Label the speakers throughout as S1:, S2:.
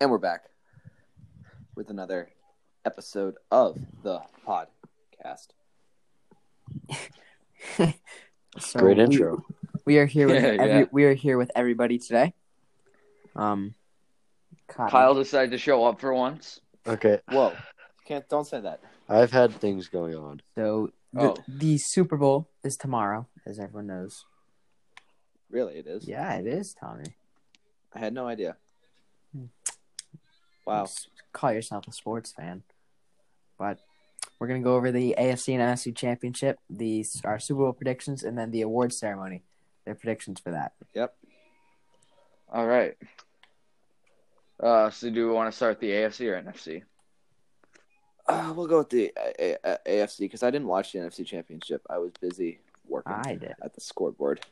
S1: And we're back with another episode of the podcast.
S2: So
S3: Great
S2: we-
S3: intro.
S2: We are here with
S1: Yeah,
S2: every,
S1: yeah.
S2: we are here with everybody today. Um, Kyle.
S4: Kyle decided to show up for once.
S3: Okay,
S1: Whoa. Can't don't say that.
S3: I've had things going on.
S2: So the,
S1: Oh.
S2: the Super Bowl is tomorrow, as everyone knows.
S1: Really it is.
S2: Yeah, it is, Tommy.
S1: I had no idea.
S2: Hmm.
S1: Wow.
S2: Just call yourself a sports fan. But we're gonna go over the AFC and NFC championship, the our Super Bowl predictions, and then the awards ceremony. Their predictions for that.
S1: Yep.
S4: All right. Uh, so do we want to start the AFC or NFC?
S1: Uh, we'll go with the A- A- A- AFC because I didn't watch the NFC Championship. I was busy working
S2: I did.
S1: at the scoreboard.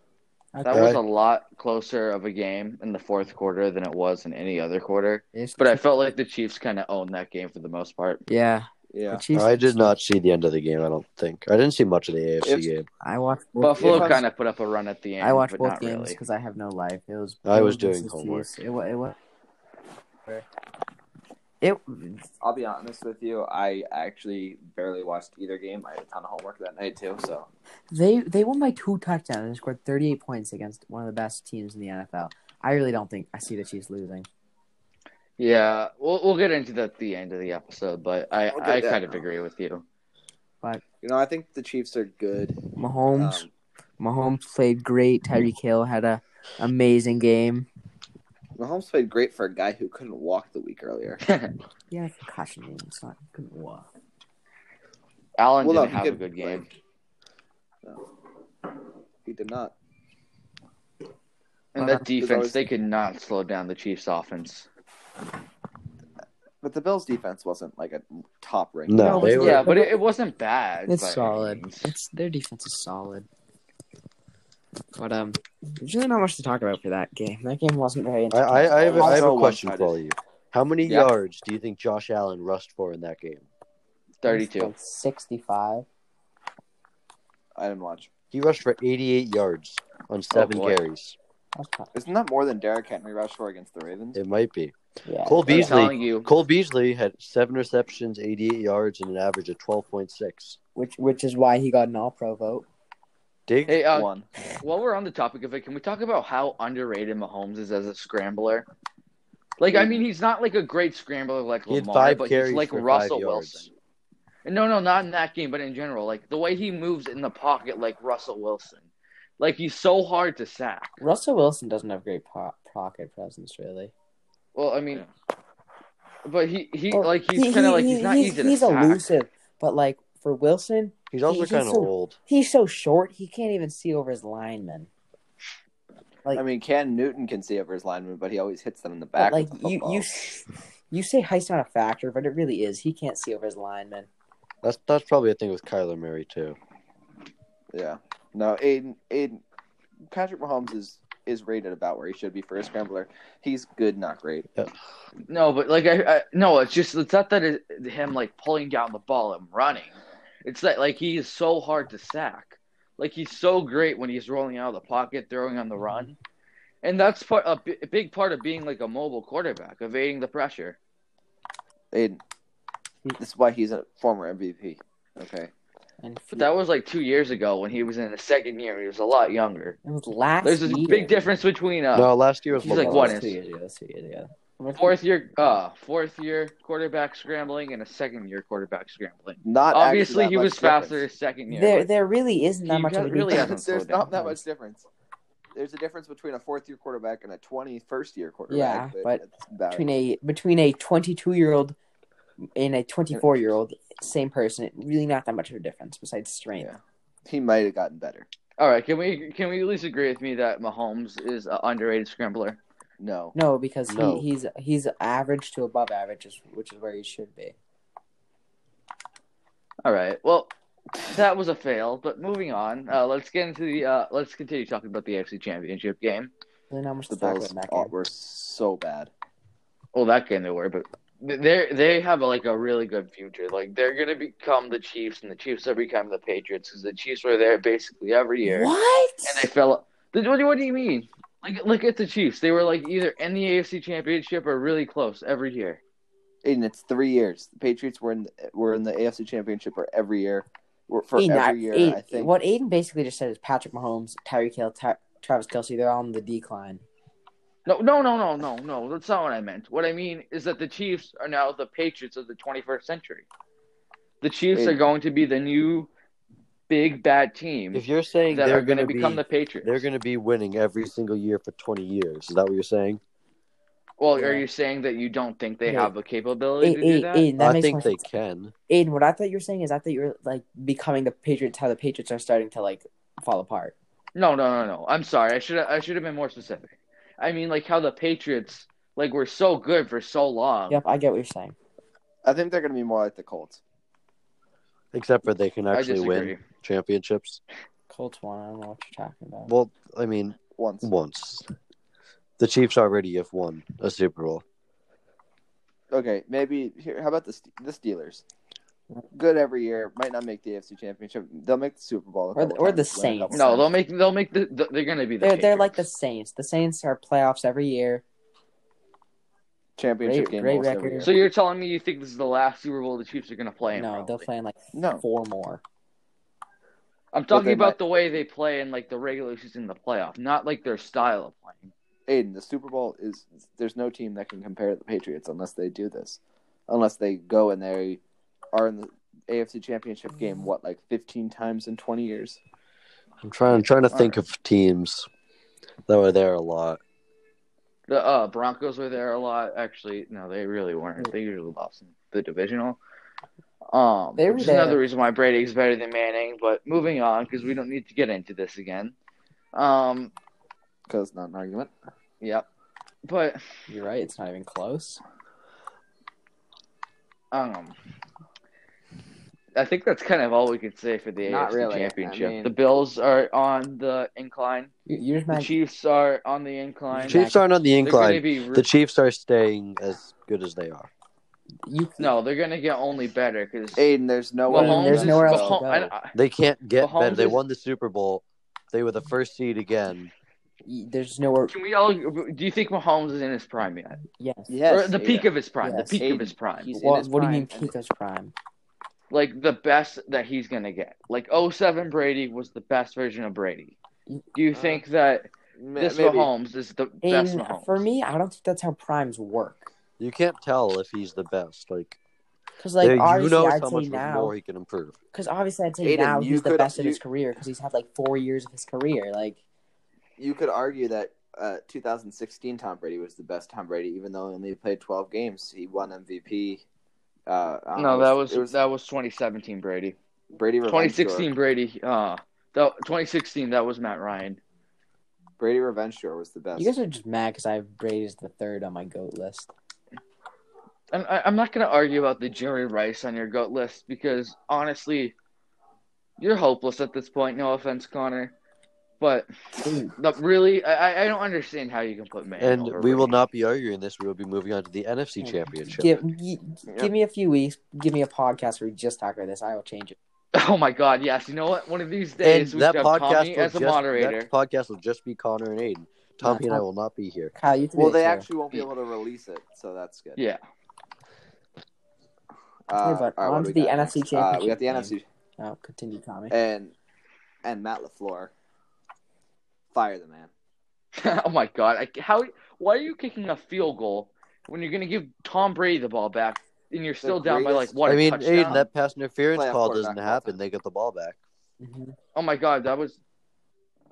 S4: That
S3: Okay.
S4: was a lot closer of a game in the fourth quarter than it was in any other quarter.
S2: It's-
S4: But I felt like the Chiefs kind of owned that game for the most part.
S2: yeah, the
S1: Yeah.
S2: Chiefs-
S3: I did not see the end of the game. I don't think I didn't see much of the AFC
S1: It's-
S3: game.
S2: I watched both
S4: Buffalo
S1: Yeah.
S4: kind of put up a run at the end.
S2: I watched
S4: but
S2: both
S4: not
S2: games
S4: really.
S2: because I have no life. It was.
S3: I was
S2: Bengals
S3: doing
S2: versus
S3: homework.
S2: Chiefs. It was. It was. It.
S1: I'll be honest with you. I actually barely watched either game. I had a ton of homework that night too. So
S2: They they won by two touchdowns and scored 38 points against one of the best teams in the NFL. I really don't think I see the Chiefs losing.
S4: Yeah, we'll we'll get into that at the end of the episode, but I,
S1: We'll get
S4: I
S1: that
S4: kind of
S1: now.
S4: agree with you.
S1: you know, I think the Chiefs are good. Um,
S2: Mahomes Mahomes played great. Tyreek Hill had a amazing game.
S1: Mahomes played great for a guy who couldn't walk the week earlier.
S2: Yeah, concussion game. It's not couldn't walk.
S4: Allen
S1: Well, no,
S4: didn't
S1: he
S4: have a
S1: could
S4: good
S1: play.
S4: game.
S1: He did not.
S2: Well,
S4: And that
S1: he's
S4: defense,
S1: always-
S4: they could not slow down the Chiefs' offense.
S1: But the Bills' defense wasn't like a top rank.
S3: No, they were.
S4: yeah, but it, it wasn't bad.
S2: It's
S4: by any
S2: solid.
S4: means.
S2: It's their defense is solid. But um, there's really not much to talk about for that game. That game wasn't very.
S3: I, I, I, have, a- I have
S1: Also
S3: a question
S1: one-sided.
S3: for all of you. How many
S4: Yeah.
S3: yards do you think Josh Allen rushed for in that game?
S4: 32.
S2: Sixty-five.
S1: I didn't watch.
S3: He rushed for 88 yards on seven
S4: Oh, boy.
S3: carries.
S1: Isn't that more than Derrick Henry rushed for against the Ravens?
S3: It might be.
S2: Yeah.
S3: Cole
S4: I'm telling
S3: Beasley.
S4: you,
S3: Cole Beasley had seven receptions, 88 yards, and an average of 12.6.
S2: Which which is why he got an All Pro vote.
S3: Dig?
S4: Hey, uh,
S1: One.
S4: while we're on the topic of it, can we talk about how underrated Mahomes is as a scrambler? Like, I mean, he's not like a great scrambler like
S3: He had
S4: Lamar,
S3: five
S4: but he's
S3: carries
S4: like
S3: for five
S4: Russell
S3: yards.
S4: Wilson. And No, no, not in that game, but in general, like the way he moves in the pocket, like Russell Wilson, like he's so hard to sack.
S2: Russell Wilson doesn't have great po- pocket presence, really.
S4: Well, I mean, but he he
S2: Well,
S4: like he's
S2: he-
S4: kind of like
S2: he-
S4: he's not
S2: he's,
S4: easy to
S2: he's
S4: sack.
S2: elusive, but like for Wilson,
S3: He's also
S2: he's
S3: kind of
S2: so-
S3: old.
S2: he's so short he can't even see over his lineman.
S1: I mean, Cam Newton can see over his lineman, but he always hits them in the
S2: But
S1: back.
S2: like
S1: with the
S2: you
S1: football.
S2: you you say height's not a factor, but it really is. He can't see over his lineman.
S3: That's that's probably a thing with Kyler Murray too.
S1: yeah. No, Aiden, Aiden, Patrick Mahomes is is rated about where he should be for a scrambler. He's good, not great.
S4: No, but like I, I no, it's just it's not that it, him like pulling down the ball and running. It's that like he is so hard to sack. Like he's so great when he's rolling out of the pocket, throwing on the
S1: Mm-hmm.
S4: run, and that's part a bi- big part of being like a mobile quarterback, evading the pressure.
S1: Aiden,
S2: Hmm.
S1: this is why he's a former MVP. Okay.
S2: And
S4: But that was like two years ago when he was in the second year. He was a lot younger.
S2: it was last.
S4: There's a
S2: year.
S4: big difference between a
S3: no, last year was
S4: Uh, he's
S2: That
S3: Lamar.
S4: like,
S2: was
S4: what is-
S2: two years ago, that's two years ago.
S4: fourth year uh fourth year quarterback scrambling and a second year quarterback scrambling.
S1: Not actually
S4: Obviously,
S1: that
S4: he
S1: much
S4: was
S1: difference.
S4: faster his second year.
S2: There,
S4: but-
S2: there really isn't that
S4: He
S2: much of a
S4: does- really
S2: difference.
S4: hasn't slowed
S1: There's
S4: down.
S1: not that much difference. There's a difference between a fourth year quarterback and a 21st year quarterback.
S2: Yeah, but
S1: it's about-
S2: between a between a 22 year old and a 24 year old same person really not that much of a difference besides strength
S1: he might have gotten better.
S4: All right, can we can we at least agree with me that Mahomes is an underrated scrambler?
S1: No.
S2: no because
S3: No.
S2: He, he's he's average to above average is- which is where he should be
S4: All right, well, that was a fail. But moving on, uh, let's get into the uh, let's continue talking about the AFC Championship game.
S2: There's not much
S1: The
S2: to talk
S1: Bills
S2: about in that
S1: oh,
S2: game.
S1: were so bad.
S4: Well, that game they were, but they they have like a really good future. Like they're gonna become the Chiefs, and the Chiefs are becoming the Patriots because the Chiefs were there basically every year,
S2: What?
S4: and they fell. What do, what do you mean? Like look at the Chiefs. They were like either in the AFC Championship or really close every year.
S1: Aiden, it's three years. The Patriots were in were in the AFC Championship for every year. Were- For
S2: Aiden, I-
S1: every year,
S2: Aiden-
S1: I think.
S2: What Aiden basically just said is Patrick Mahomes, Tyreek Hill, Ty- Travis Kelsey, they're all on the decline.
S4: No, no, no, no, no, no. That's not what I meant. What I mean is that the Chiefs are now the Patriots of the 21st century. The Chiefs
S1: Hey.
S4: are going to be the new big bad team
S3: If you're saying
S4: that
S3: they're
S4: are
S3: going to
S4: become
S3: be,
S4: the Patriots.
S3: they're going to be winning every single year for 20 years, is that what you're saying?
S4: Well,
S2: Yeah.
S4: are you saying that you don't think they
S2: Yeah.
S4: have the
S2: Aiden,
S4: capability to do
S2: Aiden,
S4: that?
S2: Aiden, that
S3: I
S2: makes
S3: think
S2: more
S3: they
S2: sense.
S3: can.
S2: Aiden, what I thought you were saying is I thought you were like becoming the Patriots, how the Patriots are starting to like fall apart.
S4: No, no, no, no. I'm sorry. I should I should have been more specific. I mean, like how the Patriots like were so good for so long.
S2: Yep, I get what you're saying.
S1: I think they're going to be more like the Colts.
S3: Except for they can
S4: I
S3: actually
S4: disagree.
S3: win championships.
S2: Colts won. I don't know what you're talking about.
S3: Well, I mean,
S1: Once
S3: once. The Chiefs already have won a Super Bowl.
S1: Okay, maybe here. How about the Ste- the Steelers? Good every year. Might not make the AFC Championship. They'll make the Super Bowl. a
S2: Or the-
S1: couple
S2: or the
S1: times, win a couple
S2: Saints.
S4: No,
S1: times.
S4: they'll make they'll make the the- they're gonna be the
S2: they're they're like the
S4: Patriots.
S2: Saints. The Saints are playoffs every year.
S1: championship
S2: Great-
S1: game
S2: great
S1: almost every
S2: record.
S1: year.
S4: So you're telling me you think this is the last Super Bowl the Chiefs are gonna play in?
S2: no, they'll
S4: probably.
S2: play in like
S1: No.
S2: four more.
S4: I'm
S1: Well,
S4: talking
S1: they
S4: about
S1: might-
S4: the way they play in like the regular season, and the playoff, not like their style of playing.
S1: Aiden, the Super Bowl is there's no team that can compare to the Patriots unless they do this, unless they go and they are in the AFC Championship game what like 15 times in 20 years.
S3: I'm trying. I'm trying to
S4: All
S3: think
S4: right.
S3: of teams that were there a lot.
S4: The uh, Broncos were there a lot. Actually, no, they really weren't. They usually lost in the divisional. Um,
S2: They were
S4: which is
S2: there.
S4: another reason why Brady's better than Manning. But moving on, because we don't need to get into this again. Um,
S1: Because not an argument.
S4: yep. But
S2: You're right. It's not even close.
S4: um, I think that's kind of all we can say for the
S2: Not
S4: AFC
S2: really. I
S4: Championship.
S2: mean-
S4: The Bills are on the incline.
S2: You- You're just
S4: The
S2: mad.
S4: Chiefs are on the incline.
S3: Chiefs aren't on the
S4: They're gonna
S3: incline.
S4: be re-
S3: The Chiefs are staying as good as they are.
S2: You
S4: No, they're gonna get only better because
S1: Aiden, there's no
S2: Well,
S1: way.
S2: there's nowhere else to
S4: Mahomes, I-
S2: go.
S4: I-
S3: They can't get
S4: Mahomes
S3: better. They
S4: is-
S3: won the Super Bowl. They were the first seed again.
S2: you- there's nowhere.
S4: Can we all? Do you think Mahomes is in his prime yet?
S2: Yes.
S1: Yes,
S4: or the peak of his prime.
S2: Yes.
S4: The peak
S1: Aiden.
S4: of his prime.
S1: He's in
S2: What,
S1: his
S2: what do you
S1: prime.
S2: mean Pico's prime?
S4: Like the best that he's gonna get. Like 07 Brady was the best version of Brady. Do you
S1: Uh,
S4: think that
S1: Ma-
S4: this
S1: maybe.
S4: Mahomes is the best
S2: Aiden,
S4: Mahomes?
S2: for me, I don't think that's how primes work.
S3: You can't tell if he's the best. Like,
S2: Because like
S3: there- you
S2: obviously,
S3: know
S2: I'd
S3: how
S2: say
S3: much
S2: now.
S3: more he can improve.
S2: Because obviously, I'd say
S1: Aiden,
S2: now
S1: you
S2: he's the
S1: could-
S2: best of
S1: you-
S2: his career because he's had like four years of his career. Like
S1: You could argue that uh, 2016 Tom Brady was the best Tom Brady, even though he only played 12 games. He won MVP. Uh, I don't
S4: no,
S1: know,
S4: that
S1: it
S4: was,
S1: it was
S4: that was 2017 Brady.
S1: Brady. Revenge Tour.
S4: 2016 Brady. Uh, that, 2016 that was Matt Ryan.
S1: Brady Revenge Tour was the best.
S2: you guys are just mad because I have Brady as the third on my goat list.
S4: And I, I'm not gonna argue about the Jerry Rice on your goat list because honestly, you're hopeless at this point. No offense, Connor, but
S2: Dude,
S4: No, really, I, I- I don't understand how you can put man.
S3: And
S4: over
S3: we will
S4: Brady.
S3: not be arguing this. We will be moving on to the NFC Championship.
S2: give y- give me a few weeks. Give me a podcast where we just talk about this. I will change it.
S4: Oh my God! Yes, you know what? One of these
S3: and
S4: days we
S3: that
S4: should have
S3: podcast
S4: Tommy
S3: will
S4: as a
S3: just
S4: moderator.
S3: that podcast will just be Connor and Aiden. Tommy and I will not be here.
S2: Kyle, you have to
S1: Well,
S2: do it
S1: they
S2: too.
S1: actually won't be able to release it, so that's good.
S4: Yeah,
S1: Uh,
S2: Hey,
S1: all
S2: but
S1: right, what
S2: on
S1: do
S2: to
S1: we
S2: the
S1: got
S2: NFC
S1: next? Uh, we got the
S2: championship
S1: NFC
S2: Oh, continue, Tommy.
S1: and and Matt Lafleur. Fire the man.
S4: oh my God! I, how? Why are you kicking a field goal when you're going to give Tom Brady the ball back and you're still down by like
S1: greatest-
S4: what?
S3: I mean,
S4: touchdown?
S3: Aiden, that pass interference
S1: Playoff
S3: call
S1: quarterback
S3: doesn't
S1: all
S3: happen.
S1: time.
S3: They get the ball back.
S2: Mhm.
S4: Oh my God! That was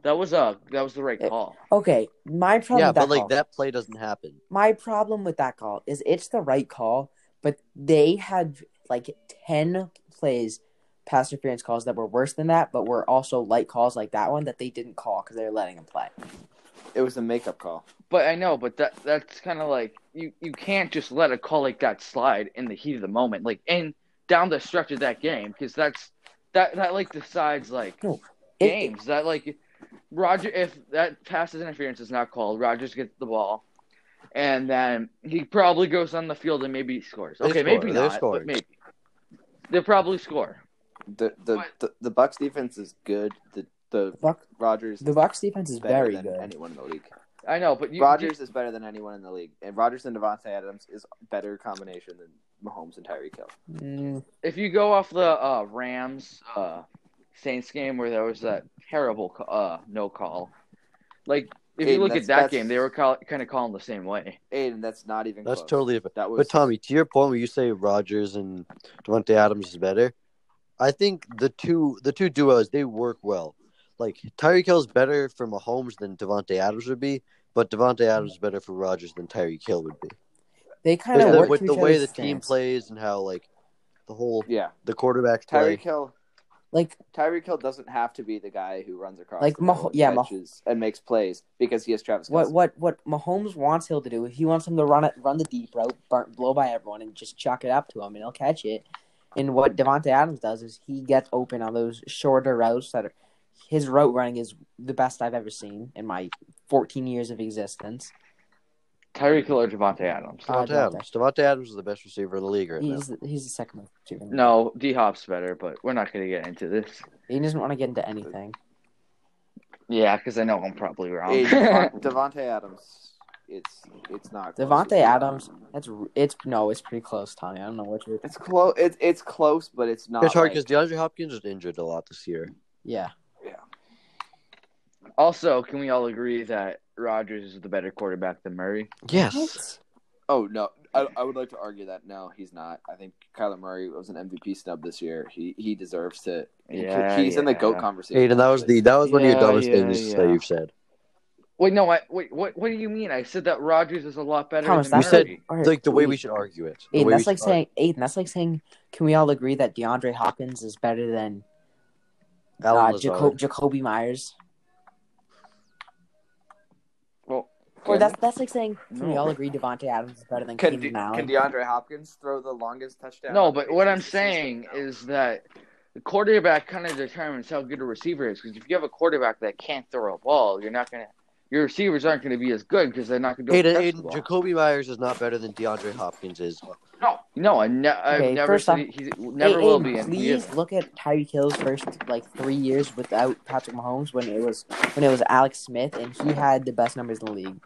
S4: that was uh that was the right
S2: Eh,
S4: call.
S2: Okay, my problem.
S3: yeah,
S2: with that
S3: but like
S2: call-
S3: that play doesn't happen.
S2: my problem with that call is it's the right call, but they had like 10 plays, pass interference calls that were worse than that, but were also light calls like that one that they didn't call because they were letting them play.
S1: It was a makeup call.
S4: But I know, but that that's kind of like you you can't just let a call like that slide in the heat of the moment, like and down the stretch of that game, because that's that that like decides like
S2: No, it-
S4: games. that like Roger, if that passes interference is not called, Rogers gets the ball. and then he probably goes on the field and maybe scores.
S3: They
S4: Okay,
S3: score,
S4: maybe
S3: they're
S4: not,
S3: scoring.
S4: but maybe they'll probably score.
S1: The the,
S4: What?
S1: the the Bucks defense is good. The the
S2: Buck,
S1: Rogers
S2: the Bucks defense is
S1: better
S2: very
S1: than
S2: good.
S1: anyone in the league.
S4: I know, but you,
S1: Rogers is better than anyone in the league, and Rogers and Devontae Adams is better combination than Mahomes and Tyreek Hill.
S2: Mm,
S4: if you go off the uh, Rams uh, Saints game where there was that terrible ca- uh, no call, like if
S1: Aiden,
S4: you look
S1: that's-
S4: at that
S1: that's-
S4: game, they were call- kind of calling the same way.
S1: Aiden, that's not even.
S3: That's
S1: close.
S3: totally different.
S1: That was
S3: But Tommy, to your point, where you say Rogers and Devontae Adams is better, I think the two the two duos they work well. Like Tyreek Hill's better for Mahomes than Devontae Adams would be, but Devontae Adams is better for Rogers than Tyreek Hill would be.
S2: they kind of
S3: With the-
S2: work
S3: with
S2: to
S3: the
S2: each
S3: way the
S2: other's
S3: team
S2: strengths.
S3: plays and how like the whole
S1: Yeah,
S3: the quarterback
S1: Tyreek
S3: play.
S1: Hill.
S2: Like
S1: Tyreek Hill doesn't have to be the guy who runs across
S2: Like
S1: the middle
S2: Mah-
S1: and
S2: yeah, Mah-
S1: catches and makes plays because he has Travis.
S2: what
S1: Kelce.
S2: what what Mahomes wants Hill to do, he wants him to run it, run the deep route, burn, blow by everyone, and just chuck it up to him, and he'll catch it. And what Devonte Adams does is he gets open on those shorter routes that are his route running is the best I've ever seen in my 14 years of existence.
S4: Tyreek Hill or Devontae Adams?
S2: Uh,
S3: Devontae Adams. Devontae Adams is the best receiver in the league right now.
S2: He's he's the second most receiver. in the league.
S4: no, D Hop's better, but we're not going to get into this.
S2: he doesn't want to get into anything.
S4: Yeah, because I know I'm probably wrong.
S1: Hey, Devon- Devontae Adams. It's it's not close.
S2: Devonte Adams, that's r- it's no, it's pretty close, Tommy. I don't know what you're.
S1: It's close. It's it's close, but it's not.
S3: It's hard
S1: like-
S3: because DeAndre Hopkins was injured a lot this year.
S2: Yeah,
S4: also, can we all agree that Rogers is the better quarterback than Murray?
S3: Yes.
S1: Oh no, I, I would like to argue that no, he's not. I think Kyler Murray was an MVP snub this year. He he deserves to. he-
S4: Yeah,
S1: he's in the goat
S4: yeah.
S1: conversation.
S3: Aiden, that was the that was one of
S4: Yeah,
S3: your dumbest
S4: yeah,
S3: things
S4: yeah.
S3: that you've said.
S4: Wait, no, I, wait, what? What do you mean? I said that Rogers is a lot better
S2: Thomas,
S4: than
S2: that's
S3: You
S4: Murray.
S3: said-
S2: all right,
S3: Like the way
S2: wait.
S3: we should argue it. The
S2: Aiden,
S3: way we
S2: that's
S3: should
S2: like
S3: argue-
S2: saying Aiden, that's like saying can we all agree that DeAndre Hopkins is better than
S3: Alan
S2: uh,
S3: Lazard.
S2: Jaco- Jacoby Myers?
S4: well,
S2: Or that's that's like saying can we
S4: No.
S2: all agree Devonte Adams is better than
S1: Can, De-
S2: Keenan
S1: can
S2: Allen?
S1: DeAndre Hopkins throw the longest touchdown?
S4: No,
S1: on the
S4: but what I'm
S1: Patriots this season?
S4: saying is that the quarterback kind of determines how good a receiver is. Because if you have a quarterback that can't throw a ball, you're not gonna, your receivers aren't gonna be as good because they're not gonna be able
S3: Aiden,
S4: to catch the
S3: Aiden,
S4: ball.
S3: Jacoby Myers is not better than DeAndre Hopkins is.
S4: No, no, I ne-
S2: Okay,
S4: I've never
S2: first off-
S4: said he, he never
S2: Hey,
S4: will
S2: Aiden,
S4: be. And he
S2: please
S4: isn't.
S2: look at Tyreek Hill's first like three years without Patrick Mahomes when it was when it was Alex Smith and he had the best numbers in the league.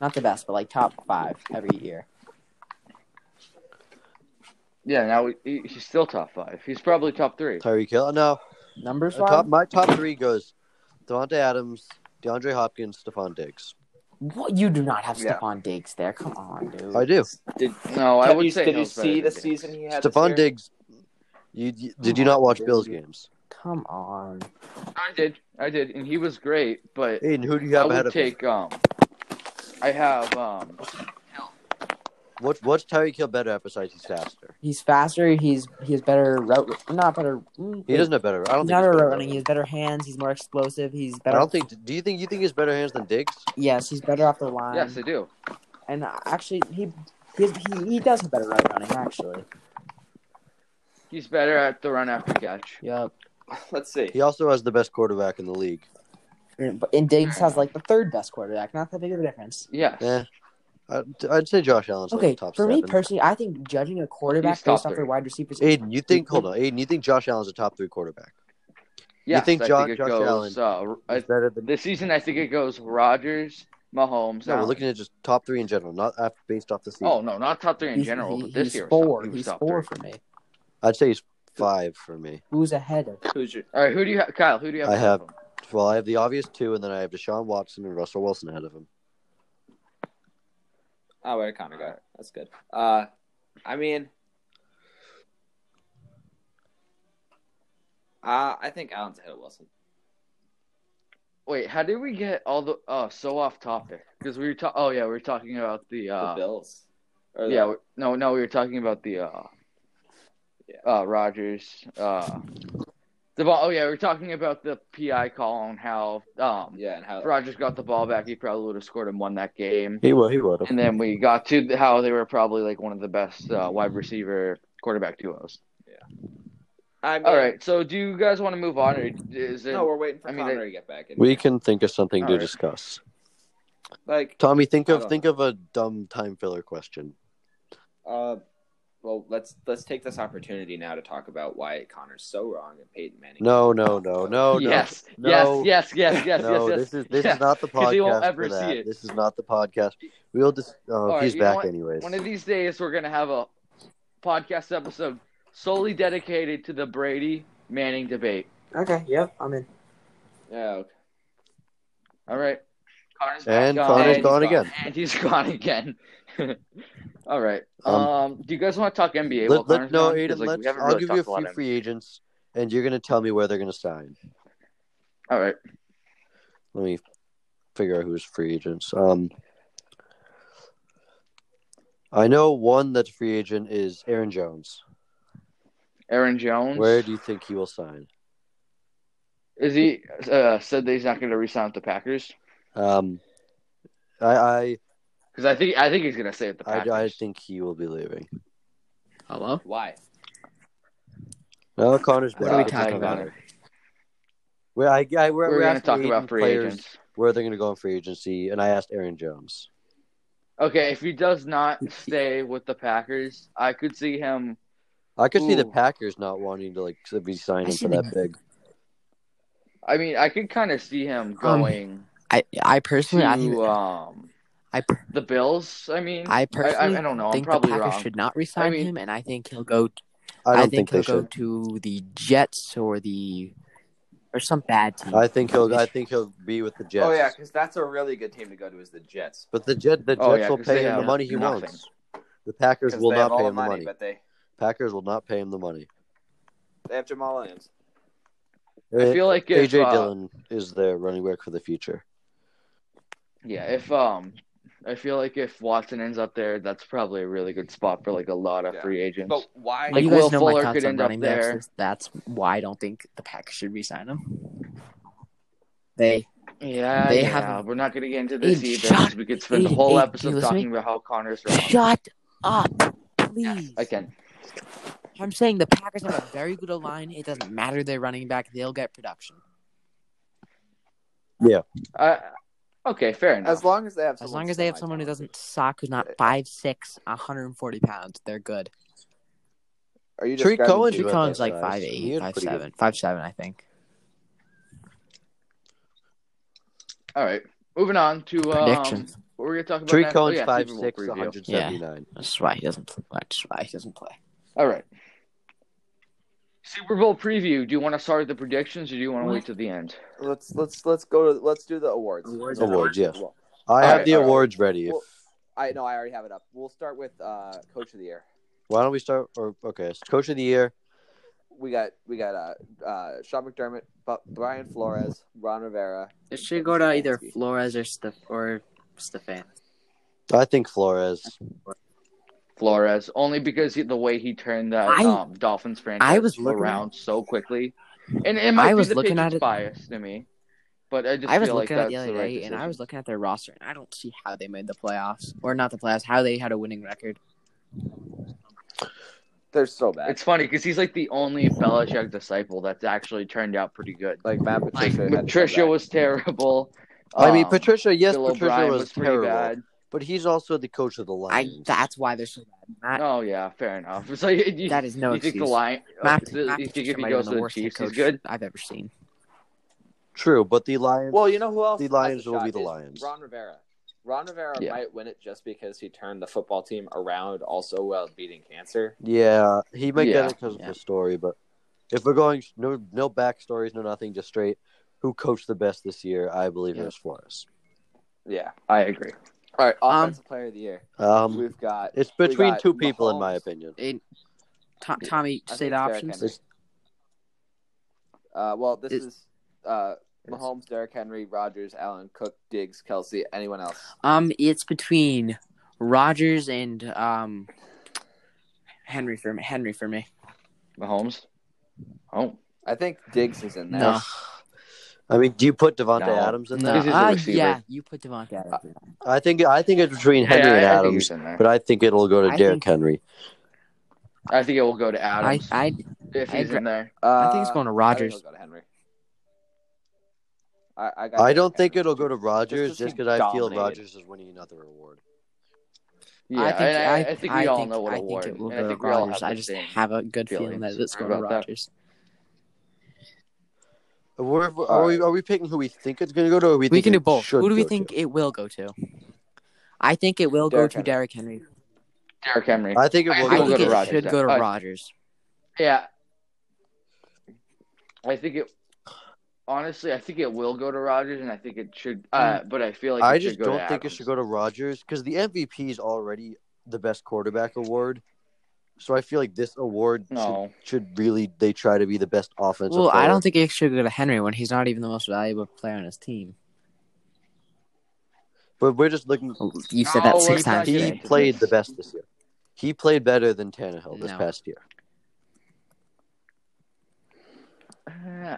S2: Not the best, but like top five every year.
S4: yeah, now he- he, he's still top five. He's probably top three.
S3: Tyreek Hill. No,
S2: Numbers
S3: uh,
S2: wise,
S3: top, my top three goes Devontae Adams, DeAndre Hopkins, Stephon Diggs.
S2: what you do not have
S1: Yeah.
S2: Stephon Diggs there. Come on, dude.
S3: I do.
S1: Did,
S4: No, I
S1: have
S4: would
S1: you,
S4: say
S1: did you
S4: Hill's better
S1: see
S4: than
S1: the
S4: Diggs.
S1: season he had? this
S3: Stephon
S1: year?
S3: Diggs. You, you- did you
S2: Come on,
S3: not watch
S1: dude.
S3: Bills games?
S2: Come on.
S4: I did, I did, and he was great. But
S3: Aiden, who do you
S4: I
S3: have ahead
S4: would
S3: of him?
S4: take um, I have um,
S3: What, what's Tyreek Hill better at besides he's faster?
S2: He's faster. He's he has better route. Not better. mm,
S3: He doesn't have better. I don't
S2: he's
S3: think
S2: not
S3: he's
S2: a
S3: better
S2: route
S3: at
S2: running. He
S3: all.
S2: has better hands. He's more explosive. He's
S3: I
S2: better.
S3: don't think. Do you think you think he has better hands than Diggs?
S2: Yes, he's better off the line.
S4: yes, I do.
S2: and uh, actually, he he, he he does have better route running. Actually,
S4: He's better at the run after catch.
S2: yep.
S1: Let's see.
S3: He also has the best quarterback in the league.
S2: And, Er, but- and Diggs has like the third best quarterback. Not that big of a difference.
S4: Yes.
S3: Yeah, Eh, I'd, I'd say Josh Allen's like
S2: Okay,
S3: top
S2: for me
S3: seven.
S2: personally, I think judging a quarterback
S4: He's top
S2: based off their
S4: three.
S2: wide receivers.
S3: Aiden, you think? Hold on, Aiden, you think Josh Allen's a top three quarterback?
S4: Yes,
S3: think
S4: I
S3: Josh-
S4: think it
S3: Josh
S4: goes, uh,
S3: He's
S4: I-
S3: better than.
S4: this season, I think it goes Rogers, Mahomes.
S3: No, we're
S4: Allen.
S3: looking at just top three in general, not af- based off the season.
S4: Oh no, not top three in
S2: he's-
S4: general.
S2: he-
S4: but this
S2: he's
S4: year, was top-
S2: four.
S4: he was
S2: He's
S4: top
S2: four
S4: three.
S2: for me.
S3: I'd say he's five for me.
S2: Who's ahead of?
S1: Who's your?
S4: All right, who do you have, Kyle? Who do you have?
S3: I
S4: ahead of him?
S3: Well, I have the obvious two, and then I have Deshaun Watson and Russell Wilson ahead of him.
S1: Oh, wait, I kind of got it. That's good. Uh, I mean, uh, I think Allen's ahead of Wilson.
S4: Wait, how did we get all the? Oh, so off topic because we were talking. Oh yeah, we were talking about the.
S1: The
S4: Uh,
S1: Bills. Or the-
S4: yeah, we- no, no, we were talking about the. Uh,
S1: Yeah.
S4: uh, Rogers. Uh, the ball. Oh yeah, we were talking about the PI call on how um,
S1: yeah, and how
S4: Rogers got the ball back. He probably would have scored and won that game.
S3: He would. He would.
S4: And then we got to the- how they were probably like one of the best uh, wide receiver quarterback duos.
S1: I mean,
S4: All right, so do you guys want to move on, or is it?
S1: No, we're waiting for
S4: I mean,
S1: Connor
S4: I-
S1: to get back in.
S3: We can think of something
S4: All
S3: to
S4: right.
S3: discuss.
S1: Like,
S3: Tommy, think
S1: I
S3: of
S1: don't
S3: think of a dumb time filler question.
S1: uh, well, let's let's take this opportunity now to talk about why Connor's so wrong and Peyton Manning.
S3: No, no, no, no,
S4: yes,
S3: no, no,
S4: yes, yes, yes, yes,
S3: no,
S4: yes, yes.
S3: this is this
S4: yes.
S3: is not the
S4: 'Cause he won't
S3: podcast
S4: ever
S3: for that.
S4: see it.
S3: This is not the podcast. We'll just oh,
S4: right,
S3: he's
S4: you know
S3: back
S4: what?
S3: anyways.
S4: One of these days, we're gonna have a podcast episode solely dedicated to the Brady Manning debate.
S2: Okay, yep, I'm in.
S1: Yeah, Oh, okay.
S4: All right, Connor's back
S3: and
S4: on,
S3: Connor's
S4: and,
S3: gone
S1: he's gone.
S3: again.
S4: and he's gone again. All right. Um,
S3: Um,
S4: do you guys want to talk NBA? while
S3: Let, let,
S4: Connor's
S3: no,
S4: gone? 'Cause,
S3: Aiden,
S4: like, we
S3: let's,
S4: haven't
S3: I'll
S4: really
S3: give you a
S4: talked lot
S3: few
S4: of
S3: free agents, and you're going to tell me where they're going to sign.
S4: NBA. All right.
S3: Let me figure out who's free agents. Um, I know one that's free agent is Aaron Jones.
S4: Aaron Jones.
S3: Where do you think he will sign?
S4: Is he uh, said that he's not going to resign with the Packers?
S3: Um, I I
S4: Because I think I think he's going to stay with the
S3: I,
S4: Packers.
S3: I think he will be leaving.
S2: Hello?
S1: Why?
S3: No, Connor's
S2: What
S3: back.
S2: are we
S3: It's
S2: talking
S3: Connor.
S2: about?
S3: Well, I, I, we're,
S4: we're
S3: we're
S4: going to
S3: asking
S4: talk
S3: Aiden
S4: about free
S3: players
S4: agents.
S3: where they're going to go in free agency, and I asked Aaron Jones.
S4: Okay, if he does not stay with the Packers, I could see him.
S3: I could see the
S4: Ooh.
S3: Packers not wanting to like be
S2: I
S3: signing
S2: see
S3: for
S2: the-
S3: that big.
S4: I mean, I could kind of see him going
S2: I I Um, personally I think
S4: to um,
S2: I per-
S4: the Bills. uh, I mean,
S2: I personally
S4: I, I don't know. I'm
S2: think the
S4: probably
S2: Packers
S4: wrong.
S2: should not resign
S4: I mean-
S2: him, and I think he'll go.
S3: I
S2: I,
S3: don't
S2: think,
S3: think, they
S2: he'll go
S3: should.
S2: to the Jets or the or some bad team.
S3: I think he'll. I think he'll be with the Jets.
S1: Oh yeah, because that's a really good team to go to is the Jets.
S3: But the Jet, the Jets
S4: Oh, yeah,
S3: will
S4: 'cause
S3: pay
S4: they
S3: him the
S4: have
S3: money he
S4: nothing.
S3: wants. The Packers
S1: 'Cause
S3: will
S1: they
S3: not
S1: have all
S3: pay
S1: the
S3: him the money.
S1: but they
S3: Packers will not pay him the money.
S1: they have Jamal Adams.
S4: I feel like if,
S3: AJ
S4: uh,
S3: Eh, Dillon is their running back for the future.
S4: Yeah, if um, I feel like if Watson ends up there, that's probably a really good spot for like a lot of
S1: Yeah.
S4: free agents.
S1: But why?
S4: Like,
S2: you guys
S4: Will
S2: know
S4: Fuller
S2: my thoughts
S4: could
S2: on
S4: end up
S2: running backs.
S4: there.
S2: and That's why I don't think the Packers should resign him. They
S4: Yeah,
S2: They
S4: yeah.
S2: haven't-
S4: We're not going to get into this
S2: Aiden,
S4: either
S2: shut-
S4: 'cause we could spend the
S2: Aiden,
S4: whole
S2: Aiden, do
S4: episode
S2: you listen to me?
S4: talking about how Connor's wrong.
S2: shut up, please.
S4: Again,
S2: I'm saying the Packers have a very good line. It doesn't matter their running back; they'll get production.
S4: uh, okay, fair enough.
S1: As long as they have
S2: As
S1: someone
S2: long as they have someone who
S1: semi-talented.
S2: doesn't suck, who's not 5'6", 140 pounds, they're good.
S1: Are you
S3: Tree
S1: describing
S3: Cohen-
S1: Drew
S2: Two
S3: Two
S2: Cohen's like
S3: about that size. He
S2: 5'8",
S3: is pretty
S2: 5'7",
S3: good.
S2: 5'7", I think.
S4: All right, moving on to um,
S2: Predictions.
S4: what we're going to talk about.
S3: Tree
S4: next?
S3: Cohen's
S4: oh, yeah,
S3: five
S4: Super Bowl
S3: six,
S4: preview.
S3: one hundred seventy nine.
S2: That's why he doesn't. Play. That's why he doesn't play.
S4: All right. Super Bowl preview. Do you want to start with the predictions or do you want to
S2: What?
S4: wait till the end?
S1: Let's let's let's go to let's do the awards.
S2: Awards.
S3: Awards, yes.
S1: Well,
S3: I have
S4: right,
S3: the
S1: all right.
S3: awards ready. If,
S1: Well- I know I already have it up. We'll start with uh, coach of the year.
S3: why don't we start? Or okay, it's coach of the year.
S1: We got we got uh, uh, Sean McDermott, Bu- Brian Flores, Ron Rivera.
S2: It should go to either
S1: Stefanski.
S2: Flores or Steph or Stefan.
S3: I think Flores.
S4: Flores, only because he, the way he turned that
S2: I-
S4: um, Dolphins franchise
S2: I was looking
S4: around so quickly, and it might
S2: I
S4: be
S2: was
S4: the
S2: looking
S4: Patriots
S2: at it-
S4: bias to me, but I just
S2: I was
S4: feel like
S2: looking
S4: that's
S2: at the other
S4: right
S2: day, and I
S4: decision.
S2: was looking at their roster, and I don't see how they made the playoffs or not the playoffs. How they had a winning record.
S1: They're so bad.
S4: It's funny because he's like the only Belichick disciple that's actually turned out pretty good.
S1: like Matt
S4: Like
S1: Patricia. had to come
S4: Patricia
S1: back.
S4: was terrible.
S3: I mean,
S4: Um,
S3: Patricia. Yes,
S4: Bill
S3: Patricia
S4: O'Brien
S3: was,
S4: pretty
S3: terrible,
S4: bad.
S3: but he's also the coach of the
S2: I.
S3: Lions.
S2: That's why they're so bad. Matt,
S4: Oh yeah, fair enough. It's like you,
S2: that is no
S4: you
S2: excuse.
S4: think the line?
S2: Matt,
S4: you
S2: Matt
S4: think
S2: Patricia
S4: if he
S2: might have been
S4: goes to
S2: the
S4: the
S2: worst head
S4: Chiefs, he's
S2: coach
S4: good?
S2: I've ever seen.
S3: True, but the Lions.
S1: Well, you know who else?
S3: The
S1: has a
S3: Lions will
S1: shot
S3: be the
S1: is
S3: Lions.
S1: Ron Rivera. Ron Rivera
S4: Yeah.
S1: might win it just because he turned the football team around, also while beating cancer.
S3: Yeah, he might
S4: Yeah,
S3: get it because
S2: yeah.
S3: of the story, but if we're going no no backstories, no nothing, just straight who coached the best this year, I believe
S4: Yeah.
S3: it was Flores.
S1: Yeah.
S4: I agree.
S1: All right.
S2: Um,
S1: Offensive player of the year.
S3: Um,
S1: We've got
S3: it's
S1: we
S3: between
S1: got
S3: two people, in my
S1: Mahomes.
S3: opinion.
S2: And To- Tommy,
S1: I
S2: say
S1: think
S2: the
S1: Derrick
S2: options.
S1: Henry. Uh, well, this
S2: It's-
S1: is uh, Mahomes, Derrick Henry, Rogers, Allen, Cook, Diggs, Kelsey. Anyone else?
S2: Um, it's between Rogers and um Henry for me. Henry for me.
S4: Mahomes. Oh,
S1: I think Diggs is in there.
S2: No,
S3: I mean, do you put Devonte
S4: No.
S3: Adams in
S2: no.
S3: there?
S4: This is a
S2: Ah,
S4: receiver.
S2: yeah, you put Devontae Adams. in.
S3: I think I think it's between Henry
S4: yeah, I,
S3: and
S4: I think
S3: Adams,
S4: he's in there.
S3: but I think it'll go to
S2: I
S3: Derrick
S2: think-
S3: Henry.
S4: I think it will go to
S2: I,
S4: Adams
S2: I,
S4: if he's
S2: I'd ra-
S4: in there.
S1: Uh,
S2: I think it's going to
S1: I think
S2: Rogers.
S1: it'll go to Henry. I I, got
S3: I don't think it'll go to Rodgers
S1: just
S3: just
S1: get
S3: because I feel
S1: dominated.
S3: Rodgers is winning another award.
S4: Yeah,
S2: I
S4: I
S2: think
S4: and I,
S2: I,
S4: I think we all know what
S2: I
S4: award.
S2: think it will
S4: and I
S2: go to
S4: think we all
S2: Rodgers.
S4: have
S2: I
S4: the
S2: just
S4: same.
S2: have a good feeling that
S4: feelings
S2: it's going to
S4: about that.
S2: Rodgers.
S3: We're, are
S1: Alright.
S3: we are we picking who we think it's gonna go to? Or we,
S2: We
S3: think
S2: can
S3: it
S2: do both.
S3: should
S2: Who do we
S3: go
S2: think
S3: to?
S2: it will go to? I think it will
S1: Derrick
S2: go to
S1: Henry.
S2: Derrick Henry.
S4: Derrick Henry.
S3: I think it
S4: I
S3: will
S2: I
S3: go
S2: think
S3: to
S2: it
S3: Rodgers.
S2: should go to
S4: Uh,
S2: Rodgers.
S4: yeah. I think it. Honestly, I think it will go to Rodgers, and I think it should. Uh, but I feel like
S3: Mm. I
S4: it should
S3: just
S4: go
S3: don't
S4: to
S3: think it
S4: Adams.
S3: should go to Rodgers because the MVP is already the best quarterback award. So I feel like this award
S4: No,
S3: should, should really they try to be the best offensive.
S2: Well, I
S3: player.
S2: don't think it should go to Henry when he's not even the most valuable player on his team.
S3: But we're just looking.
S2: You said that
S4: No,
S2: six
S4: we're
S2: times.
S4: not getting
S3: He
S2: today.
S4: into
S3: played
S4: this.
S3: the best this year. He played better than Tannehill this
S2: No.
S3: past year.
S4: Uh,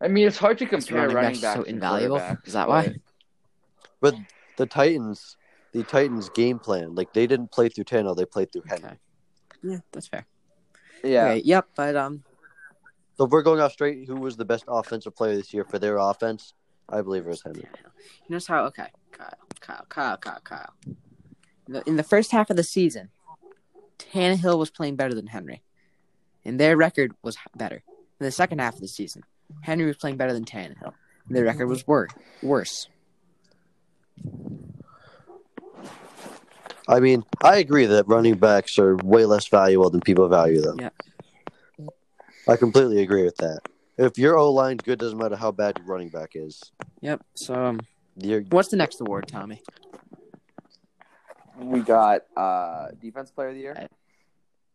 S4: I mean, it's hard to compare
S2: running
S4: running
S2: backs are
S4: backs
S2: so
S4: and
S2: invaluable.
S4: quarterbacks,
S2: Is that why?
S4: but-
S3: But the Titans, the Titans game plan, like they didn't play through Tannehill, they played through Henry.
S2: Okay. Yeah, that's fair.
S1: yeah.
S2: Okay, yep, but um,
S3: So if we're going off straight. Who was the best offensive player this year for their offense? I believe it was Henry.
S2: You notice how okay, Kyle, Kyle, Kyle, Kyle, Kyle. In the, in the first half of the season, Tannehill was playing better than Henry, and their record was h- better. In the second half of the season, Henry was playing better than Tannehill, and their record was wor- worse.
S3: I mean, I agree that running backs are way less valuable than people value them.
S2: Yeah.
S3: I completely agree with that. If your O line's good, doesn't matter how bad your running back is.
S2: Yep. So, um,
S3: You're,
S2: what's the next award, Tommy?
S1: We got uh defense player of the year.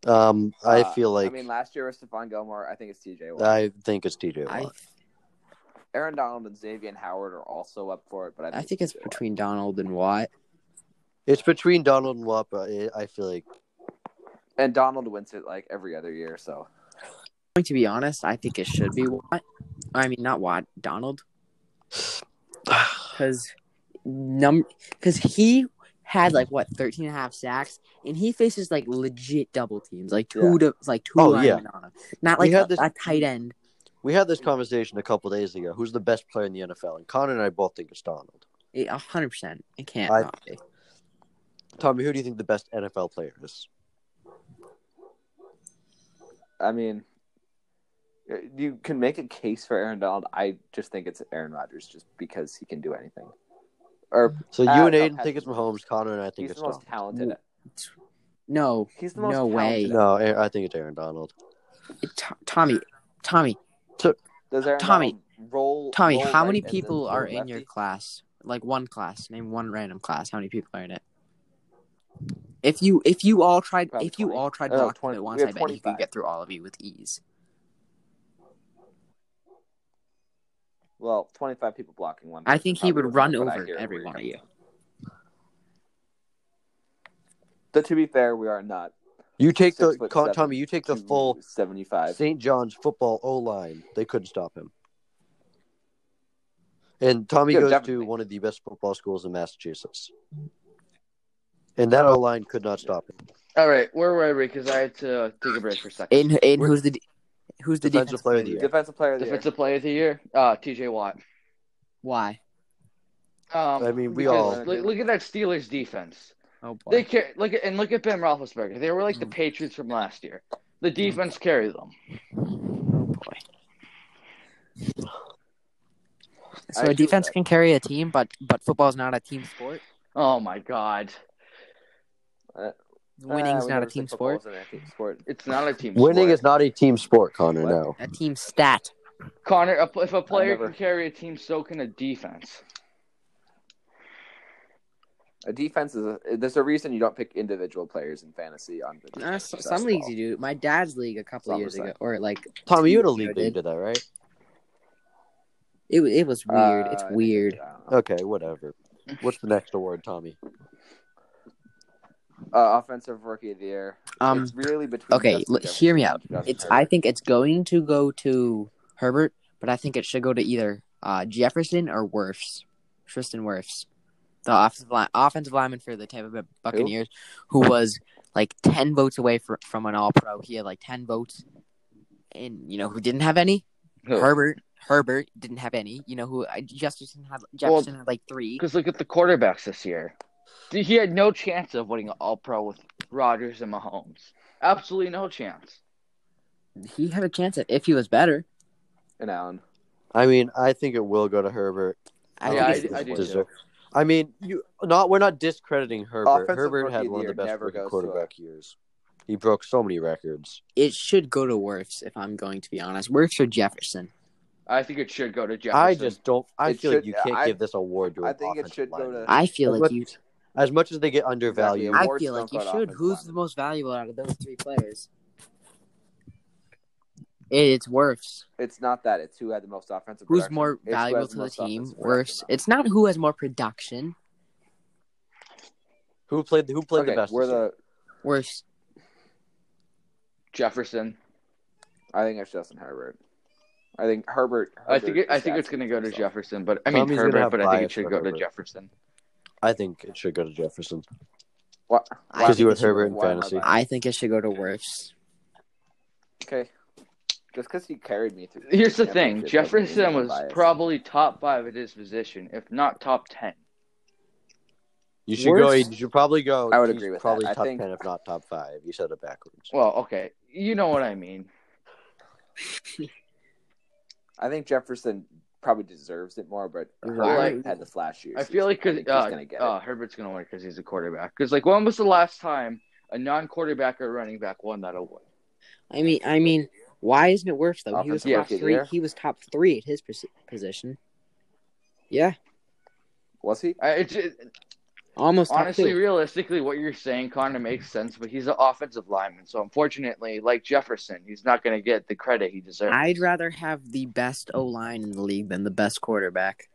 S3: um, I
S1: Uh,
S3: feel like
S1: I
S3: I,
S1: mean, last year was Stephon Gilmore. I think it's TJ. Watt.
S3: think it's TJ.
S2: I
S3: Watt.
S1: Aaron Donald and Xavier and Howard are also up for it, but I think,
S2: I think it's
S1: TJ Watt.
S2: between Donald and Watt.
S3: It's between Donald and Watt, but I- I feel like
S1: and Donald wins it like every other year. So
S2: To be honest, I think it should be Watt. I mean, not Watt, Donald. because num because he had like what 13 and a half sacks and he faces like legit double teams like two
S1: Yeah.
S2: to like two
S3: Oh,
S2: linemen on him not
S3: We
S2: like
S3: had
S2: a,
S3: this-
S2: a tight end
S3: we had this conversation a couple days ago. Who's the best player in the NFL? And Connor and I both think it's Donald.
S2: It- a 100% it can't
S3: I-
S2: not be.
S3: Tommy, who do you think the best NFL player is?
S1: I mean, uh, you can make a case for Aaron Donald. I just think it's Aaron Rodgers, just because he can do anything. Or
S3: So you
S1: Uh,
S3: and
S1: no,
S3: Aiden
S1: Patrick
S3: think it's Mahomes. Connor and I think
S1: he's
S3: it's
S1: the most
S3: Donald.
S1: talented.
S2: no
S1: He's the most
S2: No way.
S1: talented.
S3: No, A- I think it's Aaron Donald.
S2: It- To- tommy tommy
S1: Does Aaron
S2: Tommy.
S1: Donald roll?
S2: tommy
S1: roll
S2: how
S1: right
S2: many
S1: and then
S2: people
S1: roll
S2: are in your
S1: lefty?
S2: class like one class name one random class how many people are in it if you if you all tried
S1: Probably
S2: if you
S1: 20.
S2: all tried
S1: Oh, no,
S2: blocking
S1: 20.
S2: at
S1: We
S2: once
S1: have
S2: i bet you
S1: 25.
S2: could get through all of you with ease
S1: Well, twenty-five people blocking one.
S2: i
S1: person
S2: think he
S1: probably
S2: would
S1: not,
S2: run
S1: but I
S2: over
S1: hear
S2: every
S1: where
S2: one of
S1: you're
S2: you
S1: coming from. But to be fair, we are not
S3: You take
S1: Six
S3: the
S1: foot
S3: Con-
S1: seven,
S3: Tommy. You take the full
S1: seventy-five.
S3: St. John's football O line. They couldn't stop him. And Tommy
S1: Yeah,
S3: goes to
S1: definitely.
S3: one of the best football schools in Massachusetts. And that O line could not stop him.
S4: all right, where were we? Because I had to take a break for a second.
S2: Aiden, Aiden
S3: We're-
S2: who's the de- who's the
S3: Defensive
S2: defensive
S3: player
S2: player?
S3: of the year.
S1: Defensive player of the year.
S4: Defensive player of the year, uh, T.J. Watt.
S2: Why?
S4: Um,
S3: I mean, we
S4: because
S3: all-
S4: look, look at that Steelers defense.
S2: Oh boy.
S4: They care. Look at and look at Ben Roethlisberger. They were like the
S2: Mm.
S4: Patriots from last year. The
S3: Mm.
S4: defense carried them.
S2: oh boy.
S1: I
S2: So
S1: agree
S2: a
S1: with
S2: defense
S1: that.
S2: can carry a team, but but football's not a team sport.
S4: Oh my God,
S1: Ah,
S2: Winning's
S1: we
S2: not a
S1: never
S2: team
S1: said football was
S2: sport.
S1: an active sport.
S4: it's not a team.
S3: Winning
S4: sport.
S3: is not a team sport, Connor.
S1: What?
S3: No.
S2: A team stat.
S4: Connor. a- If a player
S1: never-
S4: can carry a team, so can a defense.
S1: A defense is a, there's a reason you don't pick individual players in fantasy on the
S2: Uh,
S1: defensive
S2: so,
S1: side of
S2: some
S1: the
S2: leagues
S1: ball.
S2: you do. My dad's league a couple of years ago,
S1: 100%.
S2: or like
S3: Tommy, you had a
S2: Yeah, I
S3: league that you
S2: did.
S3: did that, right?
S2: it. wa- It was weird.
S1: Uh,
S2: it's
S1: I think
S2: weird.
S1: I don't know.
S3: Okay, whatever. What's the next award, Tommy?
S1: Uh, offensive rookie of the year.
S2: Um.
S1: it's really between.
S2: Okay.
S1: Justin
S2: L-
S1: Jefferson
S2: hear me
S1: and
S2: out.
S1: Justin
S2: It's. I
S1: Herbert.
S2: think it's going to go to Herbert, but I think it should go to either uh, Jefferson or Werfs. Tristan Wirfs, the offensive line, offensive lineman for the Tampa Bay Buccaneers, who was like ten votes away fr- from an All Pro. He had like ten votes, and you know who didn't have any? Herbert. Herbert didn't have any. You know who? I- Jefferson had. Jefferson had like three.
S4: Because look at the quarterbacks this year. Dude, He had no chance of winning All Pro with Rodgers and Mahomes. Absolutely no chance.
S2: He had a chance at if he was better.
S1: and Allen.
S3: I mean, I think it will go to Herbert.
S2: I
S4: Yeah,
S2: think
S3: think it's
S4: I- I do
S3: deserved. I mean, you not we're not discrediting Herbert.
S1: Offensive
S3: Herbert
S1: rookie
S3: had
S1: of
S3: one
S1: the
S3: of the
S1: year
S3: best
S1: never
S3: rookie
S1: goes to
S3: quarterback years. He broke so many records.
S2: it should go to Wirfs if I'm going to be honest. Wirfs or Jefferson.
S4: I think it should go to Jefferson.
S3: I just don't. I
S1: It
S3: feel
S1: should-
S3: like you can't
S1: I-
S3: give this award to.
S1: I
S3: an
S1: think it
S3: offensive
S1: should go
S3: lineman.
S1: to-
S2: I feel like
S3: That's what-
S2: you.
S3: As much as they get undervalued,
S2: I
S1: Awards
S2: feel
S1: don't
S2: like you
S1: go to
S2: should.
S1: offensive
S2: Who's the
S1: linemen.
S2: most valuable out of those three players? It's Wirfs.
S1: It's not that. It's who had the most offensive.
S2: Who's
S1: production.
S2: more
S1: It's who
S2: valuable
S1: has
S2: to the
S1: most
S2: team?
S1: offensive
S2: Wirfs.
S1: production.
S2: It's not who has more production.
S3: who played who played
S1: Okay,
S3: the best?
S1: we're
S3: this year?
S1: the.
S2: Wirfs.
S4: Jefferson.
S1: I think it's Justin Herbert. I think Herbert.
S4: I think it,
S1: Herbert
S4: I
S1: is
S4: think it's
S1: actually
S4: going to go to
S1: himself.
S4: Jefferson, but I mean
S3: Tommy's gonna
S4: Herbert,
S3: have
S4: but I think it
S3: bias
S4: should
S3: for
S4: go to
S3: Herbert.
S4: Jefferson.
S3: I think it should go to Jefferson
S1: Why-
S2: I
S3: because
S2: think
S3: you
S2: it
S3: had
S2: should-
S3: Herbert in
S1: why am I
S3: fantasy.
S1: biased?
S2: I think it should go to Wirfs.
S1: Okay. Just because he carried me through.
S4: Here's the
S1: championship
S4: thing:
S1: doesn't
S4: Jefferson
S1: mean I'm
S4: was
S1: biased.
S4: probably top five at his position, if not top ten.
S3: You should go.
S2: Worst-
S3: You should probably go.
S1: I would
S3: he's
S1: agree with
S3: probably
S1: that. I
S3: top
S1: think-
S3: ten, if not top five. You said it backwards.
S4: Well, okay, you know what I mean.
S1: I think Jefferson probably deserves it more, but
S2: You're
S1: Herbert
S4: right.
S1: had the flash years.
S4: I feel like 'cause,
S1: I think he's
S4: uh,
S1: gonna get
S4: uh,
S1: it.
S4: Herbert's going to win because he's a quarterback. Because like, when was the last time a non-quarterback or running back won that award?
S2: I mean, I mean, why isn't it Wirfs though? He was
S1: Offensive rookie
S2: top
S1: of the
S2: three.
S1: year?
S2: He was top three at his pos- position. Yeah,
S1: Was he?
S4: I, it's it,
S2: almost top
S4: honestly,
S2: two.
S4: realistically, what you're saying kind of makes sense. But he's an offensive lineman, so unfortunately, like Jefferson, he's not going to get the credit he deserves.
S2: I'd rather have the best O line in the league than the best quarterback.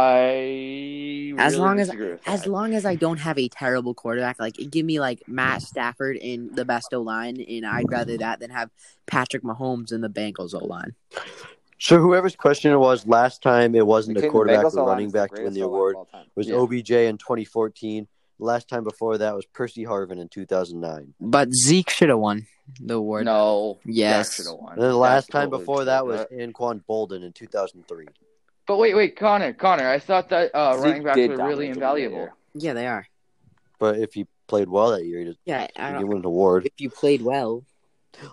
S4: I
S2: As
S4: really
S2: long as-
S4: disagree with
S2: As
S4: that.
S2: long as I don't have a terrible quarterback, like give me like Matt Stafford in the best O line, and I'd rather that than have Patrick Mahomes in the Bengals O line.
S3: So whoever's question it was last time, it wasn't
S1: They
S3: a
S1: came-
S3: quarterback
S1: Bengals
S3: or
S1: O-line
S3: running
S1: is the
S3: back to win
S1: greatest
S3: the
S1: O-line
S3: award.
S1: of all time.
S3: It was
S4: Yeah.
S3: OBJ in 2014. Last time before that was Percy Harvin in 2009.
S2: But Zeke should have won the award.
S4: no,
S2: Yes.
S4: That should've won.
S3: And then the last
S4: That's
S3: time
S4: totally
S3: before that was
S4: true.
S3: Anquan Bolden in 2003.
S4: But wait, wait, Connor, Connor, I thought that uh,
S1: Zeke
S4: running backs
S1: did
S4: were
S1: dominate
S4: really
S1: the league that
S4: invaluable.
S1: year.
S2: Yeah, they are.
S3: But if he played well that year, he
S2: Yeah, I
S3: didn't
S2: don't,
S3: win an award.
S2: if you played well,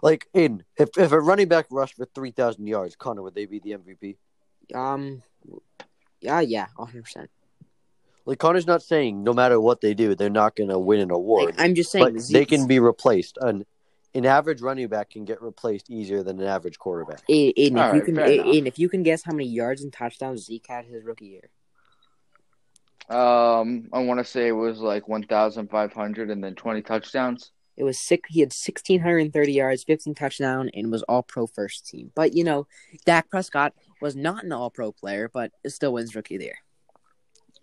S3: Like in if if a running back rushed for 3,000 yards, Connor would they be the MVP?
S2: um, yeah, yeah, hundred percent.
S3: Like Connor's not saying no matter what they do, they're not going to win an award.
S2: Like, I'm just saying
S3: but they
S2: Zeke-
S3: can be replaced. An an average running back can get replaced easier than an average quarterback.
S2: And, and if
S4: All
S2: you
S4: right,
S2: can,
S4: fair enough.
S2: and if you can guess how many yards and touchdowns Zeke had his rookie year,
S4: Um, I want to say it was like 1,500 and then 20 touchdowns.
S2: it was six. He had sixteen hundred and thirty yards, fifteen touchdown, and was All Pro first team. But you know, Dak Prescott was not an All Pro player, but still wins rookie of the year.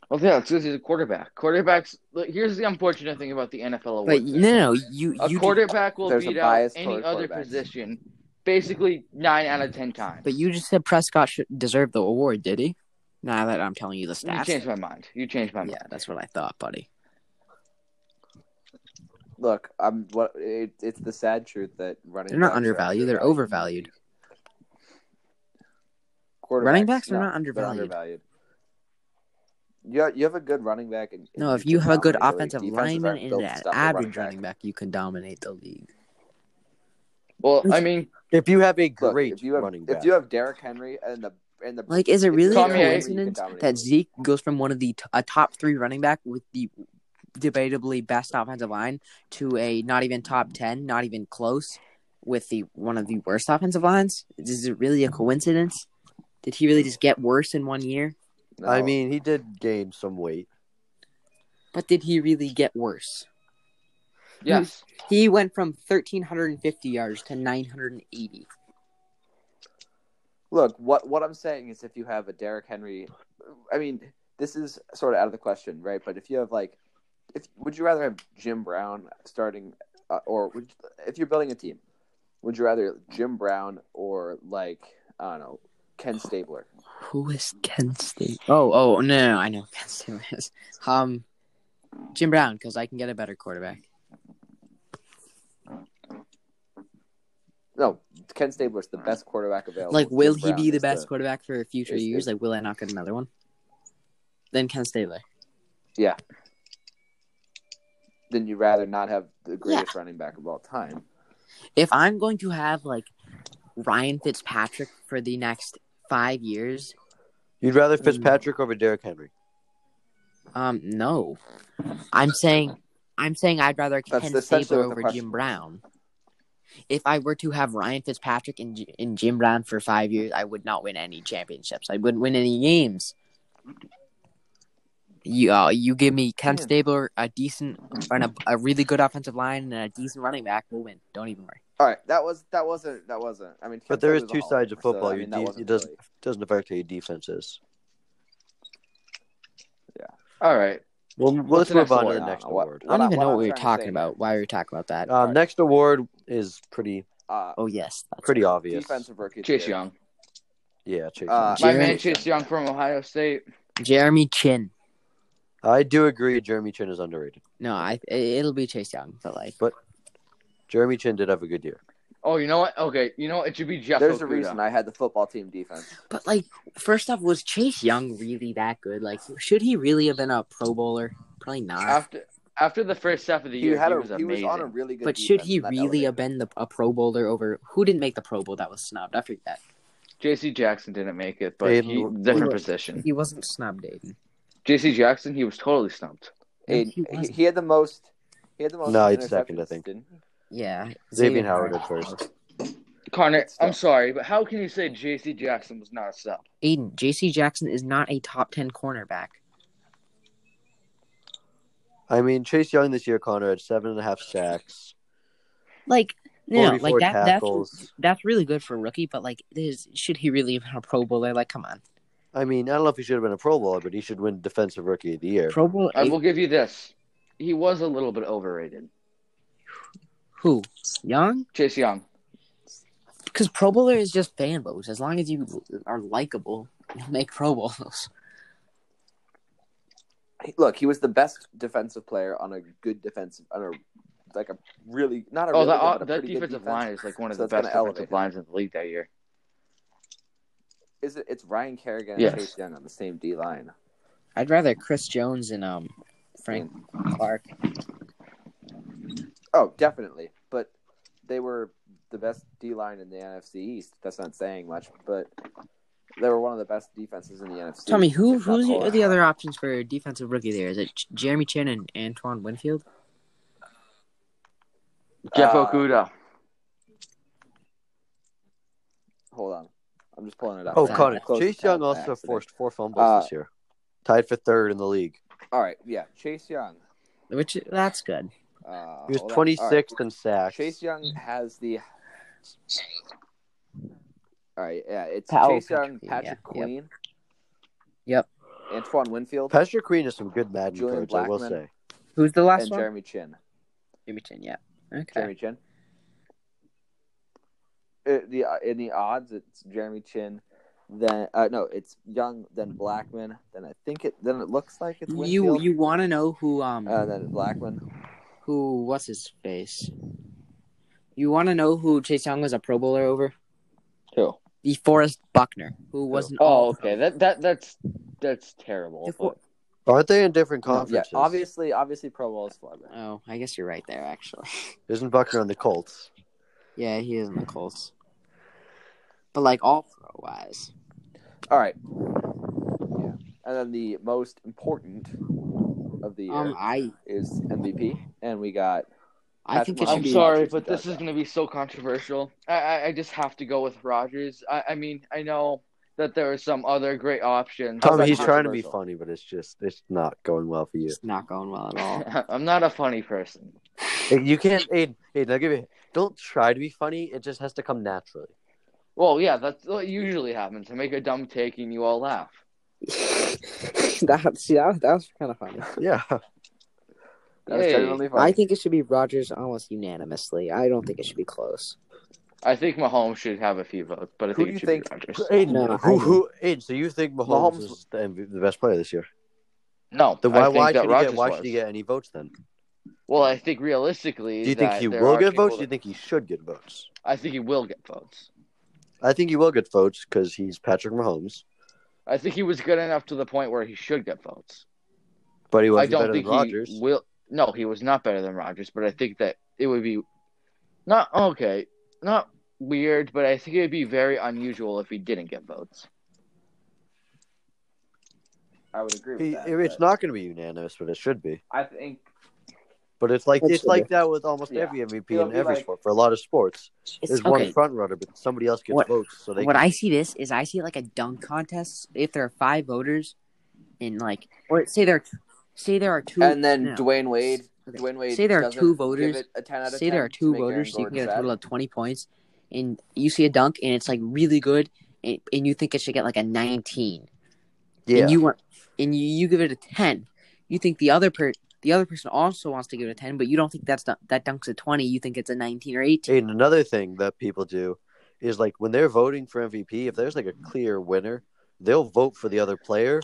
S4: Well, yeah, it's because he's a quarterback. Quarterbacks. look, Here's the unfortunate thing about the NFL award.
S2: But no, no, you,
S4: a
S2: you,
S4: quarterback will
S1: There's a
S4: beat out
S1: bias
S4: any
S1: toward
S4: other
S1: quarterbacks.
S4: position, basically nine out of ten times.
S2: but you just said Prescott should deserve the award, did he? Now that I'm telling you the
S4: you
S2: stats,
S4: changed my mind. You changed my mind.
S2: yeah, that's what I thought, buddy.
S1: Look, I'm what it, it's the sad truth that running
S2: They're not
S1: backs are
S2: undervalued, they're overvalued.
S1: Quarterbacks,
S2: Running backs are
S1: no,
S2: not
S1: they're
S2: undervalued.
S1: undervalued. You you have a good running back and and
S2: No, if
S1: can
S2: you have a good
S1: dominate the league.
S2: offensive
S1: Defenses aren't
S2: lineman and
S1: built to
S2: an
S1: stop a
S2: average
S1: back.
S2: running back, you can dominate the league.
S4: Well, I mean,
S3: If you have a
S1: Look,
S3: great
S1: if you have,
S3: running back,
S1: if you have Derrick Henry and the and the
S2: Like, is it
S1: If
S2: really a
S4: Tommy, I-
S2: coincidence that Zeke goes from one of the t- a top three running back with the debatably best offensive line to a not even top ten, not even close, with the one of the worst offensive lines? Is it really a coincidence? Did he really just get worse in one year?
S1: No,
S3: I mean, he did gain some weight.
S2: But did he really get worse?
S4: yes.
S2: He went from thirteen hundred and fifty yards to nine hundred and eighty.
S1: Look, what what I'm saying is, if you have a Derrick Henry, I mean, this is sort of out of the question, right? But if you have like, if would you rather have Jim Brown starting, uh, or would if you're building a team, would you rather Jim Brown or like I don't know Ken Stabler?
S2: Who is Ken State? Oh, oh no, no, no, I know who Ken State is. Um, Jim Brown, because I can get a better quarterback.
S1: No, Ken Stabler's the best quarterback available.
S2: Like, will
S1: Jim
S2: he be
S1: Brown
S2: the
S1: is
S2: best quarterback for future
S1: is the-
S2: years? Like, will I not get another one? Then Ken Stabler.
S1: Then you'd rather not have the greatest running back of all time.
S2: If I'm going to have like Ryan Fitzpatrick for the next five years,
S3: You'd rather
S1: Mm-hmm.
S3: Fitzpatrick over Derrick Henry.
S2: um, no. I'm saying, I'm saying I'd rather
S1: That's
S2: Ken
S1: essentially what
S2: Stabler
S1: the
S2: over
S1: question
S2: Jim
S1: is.
S2: Brown. If I were to have Ryan Fitzpatrick and, J- and Jim Brown for five years, I would not win any championships. I wouldn't win any games. You, uh, you give me Ken
S1: Yeah.
S2: Stabler, a decent, and a, a really good offensive line, and a decent running back, we'll win. Don't even worry.
S1: All right, that was that wasn't that wasn't. I mean,
S3: But there is
S1: Stabler's a
S3: two
S1: Hall
S3: sides of
S1: of Famer, so,
S3: football.
S1: I
S3: Your
S1: mean, that
S3: de-
S1: wasn't
S3: it doesn't
S1: really-
S3: doesn't affect how your defense is.
S4: All right.
S3: Well, let's
S4: What's the next
S3: move on
S4: award?
S3: to the next
S1: Uh, what-
S3: award.
S2: I don't
S1: I-
S2: even
S1: what
S2: know
S1: I'm
S2: what we
S1: trying
S2: were
S1: to say Um,
S2: talking
S1: here-
S2: about. Why we were talking about that?
S3: Uh, next award is pretty
S1: uh,
S2: oh yes, that's
S3: pretty obvious.
S1: defensive rookie. of the
S4: Chase
S1: year.
S4: Young.
S3: Yeah, Chase.
S1: Uh,
S4: My
S2: Jeremy-
S4: man Chase Young from Ohio State.
S2: Jeremy Chin.
S3: I do agree. Jeremy Chin is underrated.
S2: No, I it- it'll be Chase Young, but like
S3: But- Jeremy Chin did have a good year.
S4: Oh, you know what? Okay, you know what? It should be Jeff
S1: There's a
S4: Okuda.
S1: reason I had the football team defense.
S2: but like first off, was Chase Young really that good? Like should he really have been a Pro Bowler? Probably not.
S4: after after the first half of the
S1: He
S4: year,
S1: had
S4: he
S1: a
S4: was
S1: he
S4: amazing.
S1: was on a really good.
S2: But should
S1: defense,
S2: he
S1: and that
S2: really have
S1: elevated him.
S2: been the, a Pro Bowler over who didn't make the Pro Bowl that was snubbed? I forget.
S4: J.C. Jackson didn't make it, but
S3: Aiden-
S4: he different
S2: Aiden-
S4: position.
S2: He wasn't snubbed, Aiden.
S4: J.C. Jackson, he was totally stumped.
S2: No,
S1: And
S2: he
S1: he,
S2: wasn't.
S1: he had the most. He had the most.
S3: No, he'd second,
S1: interceptions,
S3: I think.
S1: didn't he?
S2: Yeah,
S3: Xavier Howard at first.
S4: Connor,
S1: It's
S4: I'm
S1: tough.
S4: sorry, but how can you say J.C. Jackson was not a stump?
S2: Aiden, J.C. Jackson is not a top ten cornerback.
S3: I mean, Chase Young this year, Connor had seven and a half sacks,
S2: Like no,
S3: forty-four
S2: like that. That's
S3: tackles.
S2: that's really good for a rookie, but like, there's, should he really have been a Pro Bowler? Like, come on,
S3: I mean, I don't know if he should have been a Pro Bowler, but he should win Defensive Rookie of the Year.
S2: Pro Bowl.
S4: I will give you this. He was a little bit overrated.
S2: Who Young?
S4: Chase Young.
S2: Because Pro Bowler is just fan votes. As long as you are likable, you'll make Pro Bowls.
S1: He- Look, he was the best defensive player on a good defensive on a like a really not a
S4: Oh,
S1: really good,
S4: that,
S1: but a
S4: that
S1: pretty good
S4: defensive
S1: defense.
S4: line is like one of
S1: So
S4: the
S1: it's gonna
S4: best
S1: elevate
S4: defensive
S1: him.
S4: lines in the league that year.
S1: Is it? It's Ryan Kerrigan
S4: Yes.
S1: and Chase Young on the same D line.
S2: I'd rather Chris Jones and um Frank Clark.
S1: Oh, definitely. But they were the best D line in the NFC East. That's not saying much, but they were one of the best defenses in the NFC.
S2: Tell me who
S1: if not
S2: who's
S1: the whole
S2: the
S1: NFL.
S2: other options for defensive rookie there? Is it Ch- Jeremy Chin and Antoine Winfield?
S4: Jeff
S1: Uh,
S4: Okuda.
S1: Hold on, I'm just pulling it up.
S3: Oh,
S1: I
S3: Connor,
S1: closed
S3: Chase
S1: the tab
S3: Young
S1: by
S3: also
S1: accident.
S3: forced four fumbles
S1: Uh, Oh,
S3: this year, tied for third in the league.
S1: All right, yeah, Chase Young.
S2: Which that's good.
S1: Uh,
S3: He was
S1: hold on.
S3: twenty
S1: All right.
S3: sixth in sacks.
S1: Chase Young has the. All right, yeah, it's
S2: Pa- oh,
S1: Chase
S2: Patrick
S1: Young,
S2: Queen,
S1: Patrick
S2: yeah, yep.
S1: Queen,
S2: Yep.
S1: Antoine Winfield,
S3: Patrick Queen is some good Madden
S1: Julian
S3: cards, I will
S1: Blackman.
S3: say.
S2: Who's the last
S1: and
S2: one?
S1: Jeremy Chin.
S2: Jeremy Chin. Yeah. Okay.
S1: Jeremy Chin. Uh, the uh, in the odds, it's Jeremy Chin. Then uh, no, it's Young. Then Blackman. Then I think it. Then it looks like it's
S2: You
S1: Winfield.
S2: you want to know who um
S1: Uh, then Blackman.
S2: who what's his face? You want to know who Chase Young was a Pro Bowler over?
S4: Who?
S2: The Forrest Buckner, who wasn't.
S4: Oh,
S2: all-
S4: okay. That that that's that's terrible.
S2: If we're-
S3: Aren't they in different
S1: No, yeah,
S3: conferences?
S1: obviously, obviously, Pro Bowl is flawed.
S2: Oh, I guess you're right there. Actually,
S3: Isn't Buckner on the Colts?
S2: yeah, he is in the Colts. But like all pro wise,
S1: All right. Yeah. And then the most important of the year
S2: um, I
S1: is MVP, and we got
S2: I think it
S1: Patrick
S2: should
S4: I'm
S2: be.
S1: Mahomes.
S4: sorry,
S1: Rodgers
S4: but
S1: does
S4: this is
S1: that.
S4: going to be so controversial. I, I, I just have to go with Rogers. I, I mean, I know that there are some other great options.
S1: How's
S3: Tom,
S1: that
S3: he's trying to be
S1: controversial?
S3: funny, but it's just it's not going well for you.
S2: It's not going well at all.
S3: Oh.
S4: I'm not a funny person.
S3: Hey, You can't, Aiden. Aiden, I'll give you. Don't try to be funny. It just has to come naturally.
S4: Well, yeah, that's what usually happens. I make a dumb take and you all laugh.
S2: that see that, that was kind of funny.
S3: Yeah.
S1: That was
S4: Hey.
S1: genuinely funny.
S2: I think it should be Rogers almost unanimously. I don't think it should be close.
S4: I think Mahomes should have a few votes, but I
S1: Who
S4: think
S1: do
S4: it
S1: you
S4: should
S1: think-
S4: be Rodgers.
S3: Aiden,
S2: No, I
S3: who,
S2: don't.
S3: who, Aiden, so you think Mahomes,
S1: Mahomes-
S3: is the, MV- the best player this year?
S4: No,
S3: Then why,
S4: I think
S3: why,
S4: that
S3: should, he
S4: Rodgers
S3: get, why should
S4: was.
S3: he get any votes then?
S4: Well, I think realistically,
S3: Do you think
S4: that
S3: he
S4: there
S3: will
S4: are
S3: get votes?
S4: people
S3: Do you
S4: that-
S3: think he should get votes?
S4: I think he will get votes.
S3: I think he will get votes because he's Patrick Mahomes,
S4: I think he was good enough to the point where he should get votes.
S3: but he
S4: I
S3: wasn't
S4: don't
S3: better
S4: think
S3: than
S4: he
S3: Rodgers.
S4: will. No, he was not better than Rodgers, but I think that it would be not okay, not weird, but I think it would be very unusual if he didn't get votes.
S1: I would agree with
S3: He,
S1: that.
S3: it's
S1: but
S3: not going to be unanimous, but it should be.
S1: I think
S3: But it's like
S2: It
S3: it's
S2: should
S3: like that with almost
S1: Yeah.
S3: every MVP
S1: It'll
S3: in
S1: be
S3: every
S1: like-
S3: sport for a lot of sports.
S2: It's,
S3: There's
S2: okay.
S3: one front runner, but somebody else gets
S2: What-
S3: votes, so they
S2: when
S3: can-
S2: I see this is I see like a dunk contest. If there are five voters, and like or say there, say there are two,
S1: and then
S2: no,
S1: Dwayne Wade.
S2: Okay.
S1: Dwayne Wade.
S2: Say there are
S1: doesn't
S2: two
S1: give
S2: voters-
S1: it a 10 out of
S2: say there
S1: 10
S2: are
S1: to
S2: two
S1: make Aaron
S2: voters, so you can
S1: Gordon
S2: get a
S1: sad.
S2: total of twenty points, and you see a dunk and it's like really good, and, and you think it should get like a nineteen,
S3: yeah.
S2: and you want, and you, you give it a ten. You think the other per the other person also wants to give it a ten, but you don't think that's dun- that dunk's a twenty. You think it's a nineteen or eighteen.
S3: And another thing that people do is like when they're voting for MVP, if there's like a clear winner, they'll vote for the other player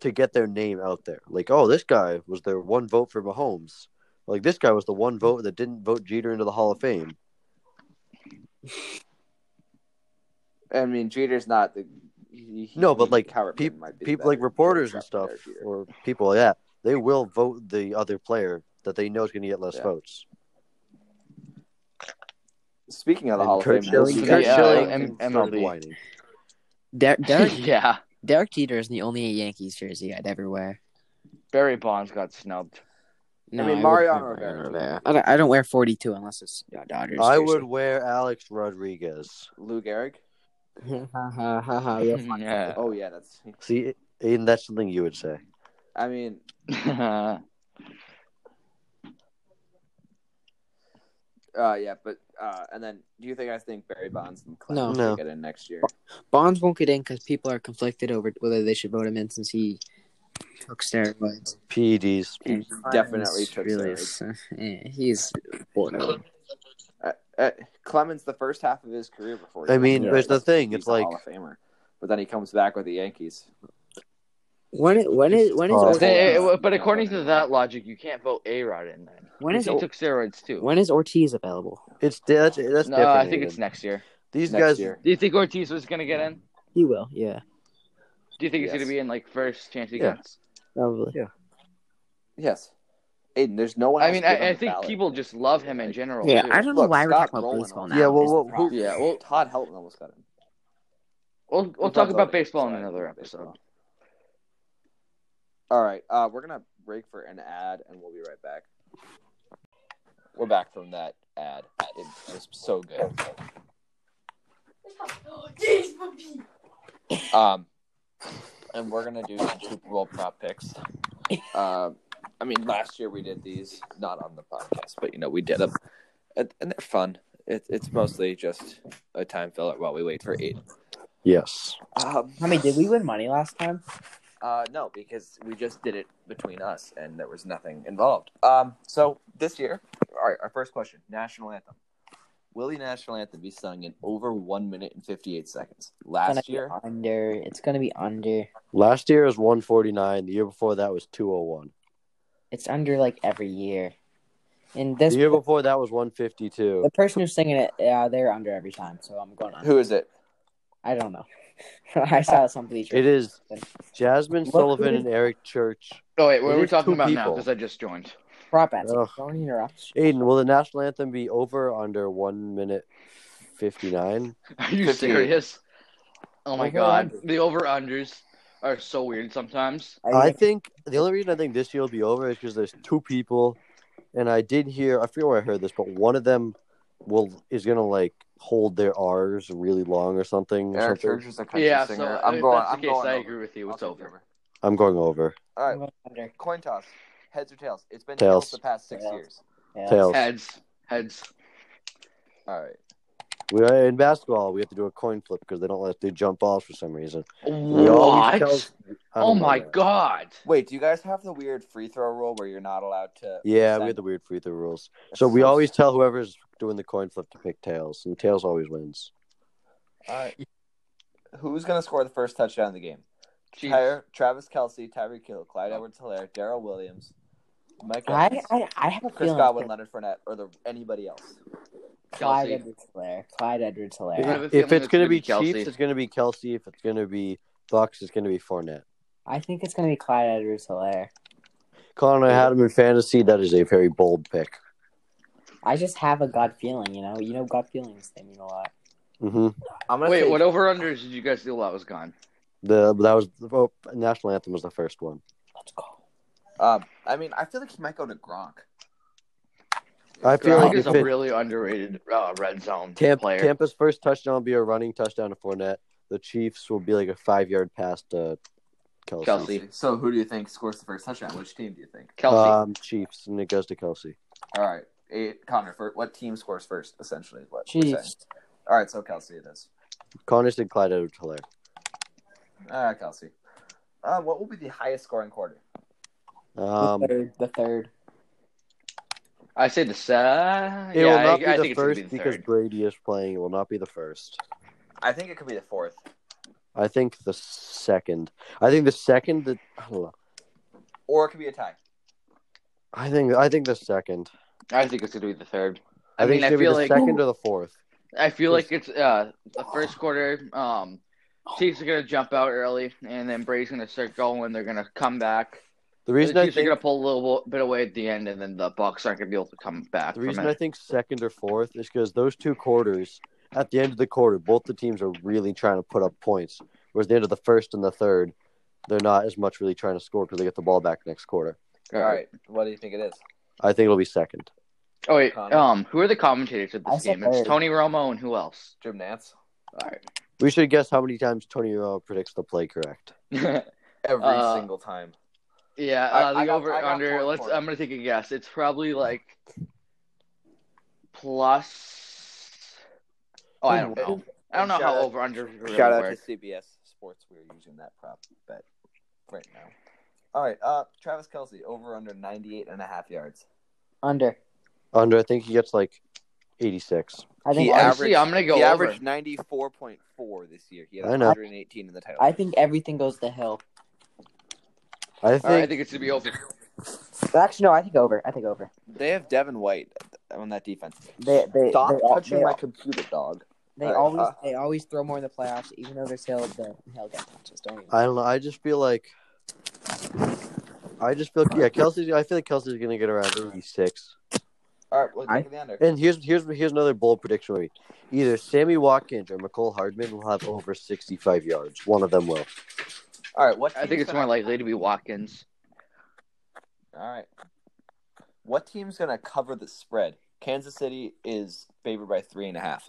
S3: to get their name out there. Like, oh, this guy was their one vote for Mahomes. Like this guy was the one vote that didn't vote Jeter into the Hall of Fame.
S1: I mean, Jeter's not the. He, he-
S3: No, but like
S1: Howard
S3: peop-
S1: Lynn might be the
S3: people like
S1: better
S3: reporters and
S1: shot
S3: stuff
S1: there, Jeter.
S3: or people like that, they will vote the other player that they know is going to get less
S1: Yeah.
S3: votes.
S1: Speaking of the
S3: And
S1: Hall of
S3: Kurt
S1: Fame,
S3: Schilling,
S1: this is
S3: Kurt
S1: the, uh,
S3: Schilling
S4: M-
S3: and Tom
S4: MLB.
S3: Whiting.
S2: Der- Derek
S4: yeah,
S2: Derek Jeter is the only Yankees jersey I'd ever wear.
S4: Barry Bonds got snubbed.
S2: No,
S1: mean,
S2: wouldn't
S1: Mariano
S2: wear
S1: Rivera.
S2: I don't, I don't wear 42 unless it's uh, Dodgers.
S3: I
S2: jersey.
S3: would wear Alex Rodriguez.
S1: Lou Gehrig.
S2: Ha, ha, ha, ha, real funny.
S4: yeah.
S1: Oh yeah, that's.
S3: See, Aiden, that's something you would say.
S1: I mean, uh, yeah, but uh, and then do you think I think Barry Bonds and Clemens
S3: No.
S1: will get in next year?
S2: Bonds won't get in because people are conflicted over whether they should vote him in since he took steroids.
S3: PEDs.
S1: He
S2: And
S1: definitely
S2: Clemens
S1: took
S2: really
S1: steroids.
S2: is- yeah, he's borderline.
S1: Uh, Clemens, the first half of his career before.
S3: I mean,
S2: Yeah.
S3: but it's the thing.
S1: he's
S3: It's
S1: a
S3: like
S1: Hall of Famer, but then he comes back with the Yankees.
S2: When it- when is when is
S3: Oh.
S4: But,
S2: Ortiz,
S4: then- it- but according to that logic, you can't vote A Rod in then.
S2: when is
S4: he
S2: O-
S4: took steroids too.
S2: when is Ortiz available?
S3: it's that's that's
S4: no,
S3: different.
S4: I think
S3: Aiden.
S4: it's next year.
S3: These
S1: next
S3: guys.
S1: year.
S4: Do you think Ortiz was gonna get in?
S2: He will, yeah,
S4: Do you think he's
S1: Yes.
S4: gonna be in like first chance he
S3: Yeah.
S4: gets?
S2: probably.
S3: Yeah.
S1: Yes, Aiden. There's no one.
S4: I
S1: else
S4: mean,
S1: good on
S4: I, I
S1: the
S4: think
S1: ballot.
S4: people just love him in general.
S2: Yeah,
S4: too.
S2: I don't know
S1: Look,
S2: why we're
S1: Scott
S2: talking about
S1: Rowland
S2: baseball
S1: almost-
S2: now.
S3: Yeah, well,
S2: is the
S3: well, who-
S2: problem.
S4: Yeah, well,
S1: Todd Helton almost got him.
S4: we'll we'll,
S1: We'll
S4: talk
S1: talk
S4: about
S1: about it.
S4: baseball in
S1: Sorry.
S4: another episode.
S1: All right, uh, we're gonna break for an ad, and we'll be right back. We're back from that ad. It was so good. Um, and we're gonna do some Super Bowl prop picks. Um, I mean, last year we did these, not on the podcast, but you know we did them, and, and they're fun. It, it's mostly just a time filler while we wait for eight.
S3: Yes.
S1: Um,
S2: I mean, did we win money last time?
S1: Uh, no, because we just did it between us, and there was nothing involved. Um, so this year, all right, our first question: national anthem. Will the national anthem be sung in over one minute and fifty-eight seconds?
S2: Gonna
S1: Last
S2: be
S1: year,
S2: under. It's gonna be under.
S3: Last year was 149. The year before that was 201.
S2: It's under like every year. And this
S3: The year before that was 152.
S2: the person who's singing it, uh, they're under every time. So I'm going on.
S1: who is it?
S2: I don't know. I saw some bleacher.
S3: It is Jasmine
S2: Look
S3: Sullivan
S2: who-
S3: and Eric Church.
S4: Oh wait,
S3: It
S4: what are we
S3: is two
S4: talking about now?
S3: people.
S4: Because I just joined.
S2: prop bets.
S3: Ugh.
S2: Don't interrupt.
S3: Aiden, will the national anthem be over or under one minute 59?
S4: Are you
S1: 58.
S4: serious? Oh my
S3: Over
S4: god,
S3: under.
S4: the over unders are so weird sometimes.
S2: Are you
S3: I
S2: gonna-
S3: think the only reason I think this year will be over is because there's two people, and I did hear I forget where I heard this, but one of them will is gonna like hold their R's really long or something. or
S1: Eric
S3: something.
S1: Church is a country
S4: yeah,
S1: singer.
S4: so uh,
S1: I'm
S4: if
S1: going.
S4: that's the
S1: I'm
S4: case,
S1: going.
S4: I
S1: over.
S4: agree with you.
S1: I'll
S4: It's
S1: take
S4: over.
S3: I'm going over.
S1: All
S2: I'm
S1: right,
S2: going under.
S1: coin toss: heads or tails. It's been
S3: Tails.
S1: tails, the past six
S2: Tails.
S1: years.
S2: Yeah.
S3: Tails.
S4: Heads, heads.
S1: All right,
S3: We are in basketball. We have to do a coin flip because they don't let us do jump balls for some reason. We always
S4: What?
S3: tell- I don't
S4: oh
S3: know
S4: my
S3: that.
S4: god.
S1: wait. Do you guys have the weird free throw rule where you're not allowed to?
S3: Yeah, we
S1: send-
S3: have the weird free throw rules.
S1: That's
S3: So we
S1: so-
S3: always tell whoever's doing the coin flip to pick tails, and tails always wins.
S1: All right. Who's gonna score the first touchdown in the game?
S4: Chiefs.
S1: Oh. Tyre, Travis Kelsey, Tyreek Hill, Clyde Edwards Hilaire, Daryl Williams, Mike
S2: I,
S1: Evans,
S2: I, I have a
S1: Chris
S2: feeling
S1: Godwin, Leonard Fournette, or the, anybody else.
S2: Clyde
S4: Kelsey.
S2: Edwards-Hilaire. Clyde Edwards-Hilaire.
S4: Yeah. I have a
S3: If,
S4: feeling
S3: it's, going to be
S4: Kelsey.
S3: Chiefs, it's going to be Kelsey. If it's going to be Bucks, it's going to be Fournette.
S2: I think it's gonna be Clyde Edwards-Hilaire.
S3: Colin, I had him in fantasy. That is a very bold pick.
S2: I just have a gut feeling, you know. You know, gut feelings they mean a lot.
S3: hmm
S1: I'm gonna
S4: Wait,
S1: say
S4: what over unders did you guys do while I was gone?
S3: The that was oh, national anthem was the first one.
S2: Let's go.
S1: Um, I mean, I feel like he might go to Gronk.
S3: I feel
S4: Gronk
S3: like
S4: is
S3: if
S4: a
S3: it,
S4: really underrated uh, red zone
S3: Tampa,
S4: player.
S3: Tampa's first touchdown will be a running touchdown to Fournette. The Chiefs will be like a five yard pass to Kelsey.
S4: Kelsey.
S1: So, who do you think scores the first touchdown? Which team do you think?
S4: Kelsey.
S3: Um, Chiefs, and it goes to Kelsey.
S1: All right, eight, Connor. For what team scores first? Essentially, is what? we're saying.
S2: Chiefs.
S1: All right, so Kelsey it is.
S3: Connor and Clyde Edwards Hilaire.
S1: All right, Kelsey. Um, what will be the highest scoring quarter?
S3: Um,
S2: the third. The third.
S4: I say the sa-
S3: it
S4: yeah,
S3: will not
S4: I,
S3: be
S4: I
S3: the first
S4: think it's gonna be the
S3: because
S4: third.
S3: Brady is playing. It will not be the first.
S1: I think it could be the fourth.
S3: I think the second. I think the second. The, I don't know.
S1: or it could be a tie.
S3: I think. I think the second.
S4: I think it's gonna be the third.
S3: I,
S4: I,
S3: think
S4: mean,
S3: it's
S4: I
S3: gonna
S4: feel
S3: be the
S4: like
S3: second or the fourth.
S4: I feel like it's uh the first quarter. Um, Chiefs are gonna jump out early, and then Brady's gonna start going. They're gonna come back.
S3: The
S4: The
S3: reason
S4: Chiefs
S3: I
S4: are
S3: think
S4: gonna pull a little bit away at the end, and then the Bucks aren't gonna be able to come back.
S3: The
S4: from
S3: reason
S4: it.
S3: I think second or fourth is because those two quarters, at the end of the quarter, both the teams are really trying to put up points. Whereas the end of the first and the third, they're not as much really trying to score because they get the ball back next quarter.
S1: All right, what do you think it is?
S3: I think it'll be second.
S4: Oh wait,
S1: Connor.
S4: um, who are the commentators at
S2: I
S4: this
S2: said
S4: game? It's
S2: third.
S4: Tony Romo and who else?
S1: Jim Nance.
S4: All right.
S3: We should guess how many times Tony Romo predicts the play correct.
S1: Every
S4: Uh,
S1: single time.
S4: yeah,
S1: I-
S4: uh, the
S1: I got-
S4: over
S1: I got
S4: under.
S1: fourth
S4: Let's.
S1: quarter.
S4: I'm gonna take a guess. It's probably like plus. Oh, I don't know. I don't know
S1: Shout
S4: how
S1: out-
S4: over under really
S1: Shout out
S4: works.
S1: to CBS Sports. We're using that prop bet right now. All right, uh, Travis Kelsey over under 98 and a half yards.
S2: Under.
S3: Under, I think he gets like 86.
S2: I think.
S1: He
S2: under-
S1: averaged-
S4: Honestly, I'm gonna go
S1: he
S4: over.
S1: averaged 94.4 this year. He had
S3: I know.
S1: 118 in the title.
S2: I think everything goes to Hill.
S3: I think,
S4: All right, I think it's gonna be over.
S2: Actually, no. I think over. I think over.
S1: They have Devin White on that defense.
S2: They they
S1: Stop
S2: they, all-
S1: touching
S2: they,
S1: my computer, dog.
S2: they
S1: All right,
S2: always
S1: uh,
S2: they always throw more in the playoffs, even though there's Hill. The Hill gets touches. Don't even.
S3: I don't know. I just feel like. I just feel yeah, Kelsey. I feel like Kelsey's gonna get around eighty six.
S1: All right, we'll
S2: I-
S1: take the under.
S3: And here's here's here's another bold prediction for me. Either Sammy Watkins or McCole Hardman will have over 65 yards. One of them will.
S1: All right, what?
S4: I think
S1: team's
S4: it's
S1: gonna-
S4: more likely to be Watkins.
S1: All right. What team's gonna cover the spread? Kansas City is favored by three and a half.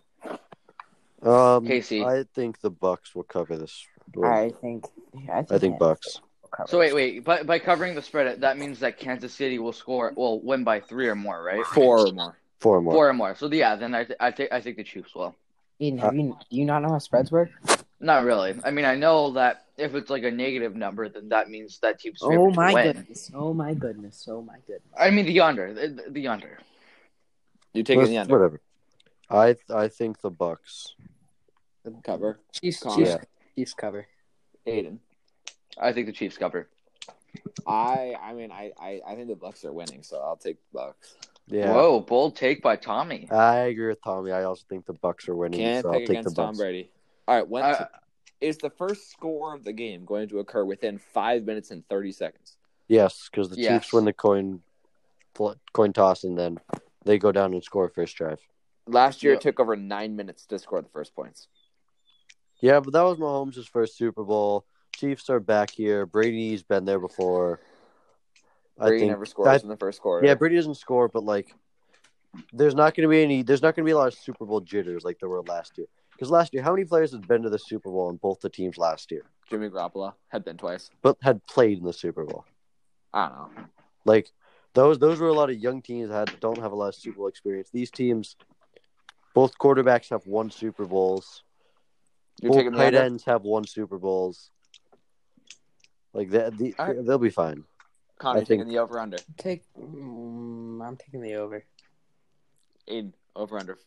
S3: Um,
S4: Casey.
S3: I think the Bucks will cover this.
S2: I think. I think.
S3: I think Bucks.
S4: So wait, wait. But by covering the spread, that means that Kansas City will score, will win by three or more, right?
S1: Four or more.
S3: Four more.
S4: Four or more. So yeah, then I th- I think I think the Chiefs will.
S2: Eden, have you do you not know how spreads work?
S4: Not really. I mean, I know that if it's like a negative number, then that means that team's favored
S2: Oh
S4: to
S2: my
S4: win.
S2: goodness! Oh my goodness! Oh my goodness!
S4: I mean, the under, the, the under.
S1: You're taking
S3: Let's-
S1: the under.
S3: Whatever. I I think the Bucks.
S1: Cover.
S2: Chiefs,
S1: Connor.
S2: Chiefs,
S3: Yeah.
S2: Chiefs cover.
S1: Aiden.
S4: I think the Chiefs cover.
S1: I. I mean, I. I, I think the Bucks are winning, so I'll take Bucks.
S3: Yeah. Uh,
S4: Whoa, bold take by Tommy.
S3: I agree with Tommy. I also think the Bucks are winning,
S1: Can't
S3: so I'll
S1: pick
S3: take the
S1: against Tom
S3: Bucks.
S1: Brady. All right. When
S4: Uh,
S1: is the first score of the game going to occur within five minutes and thirty seconds?
S3: Yes, because the
S4: Yes.
S3: Chiefs win the coin fl- coin toss and then they go down and score first drive.
S1: Last year,
S4: Yeah.
S1: it took over nine minutes to score the first points.
S3: Yeah, but that was Mahomes' first Super Bowl. Chiefs are back here. Brady's been there before.
S1: Brady never scores
S3: I-
S1: in the first quarter.
S3: yeah, Brady doesn't score, but like, there's not going to be any. There's not going to be a lot of Super Bowl jitters like there were last year. Because last year, how many players had been to the Super Bowl on both the teams last year,
S1: Jimmy Garoppolo had been twice.
S3: but had played in the Super Bowl?
S1: I don't know.
S3: Like those, those were a lot of young teams that don't have a lot of Super Bowl experience. These teams, both quarterbacks have won Super Bowls.
S1: You're
S3: both
S1: taking the
S3: tight
S1: under?
S3: ends have won Super Bowls. Like that, the,
S1: All right.
S3: they'll be fine.
S1: Connor,
S3: I
S1: you're taking
S3: think-
S1: the over under.
S2: Take. mm, I'm taking the over.
S1: Aiden, over under.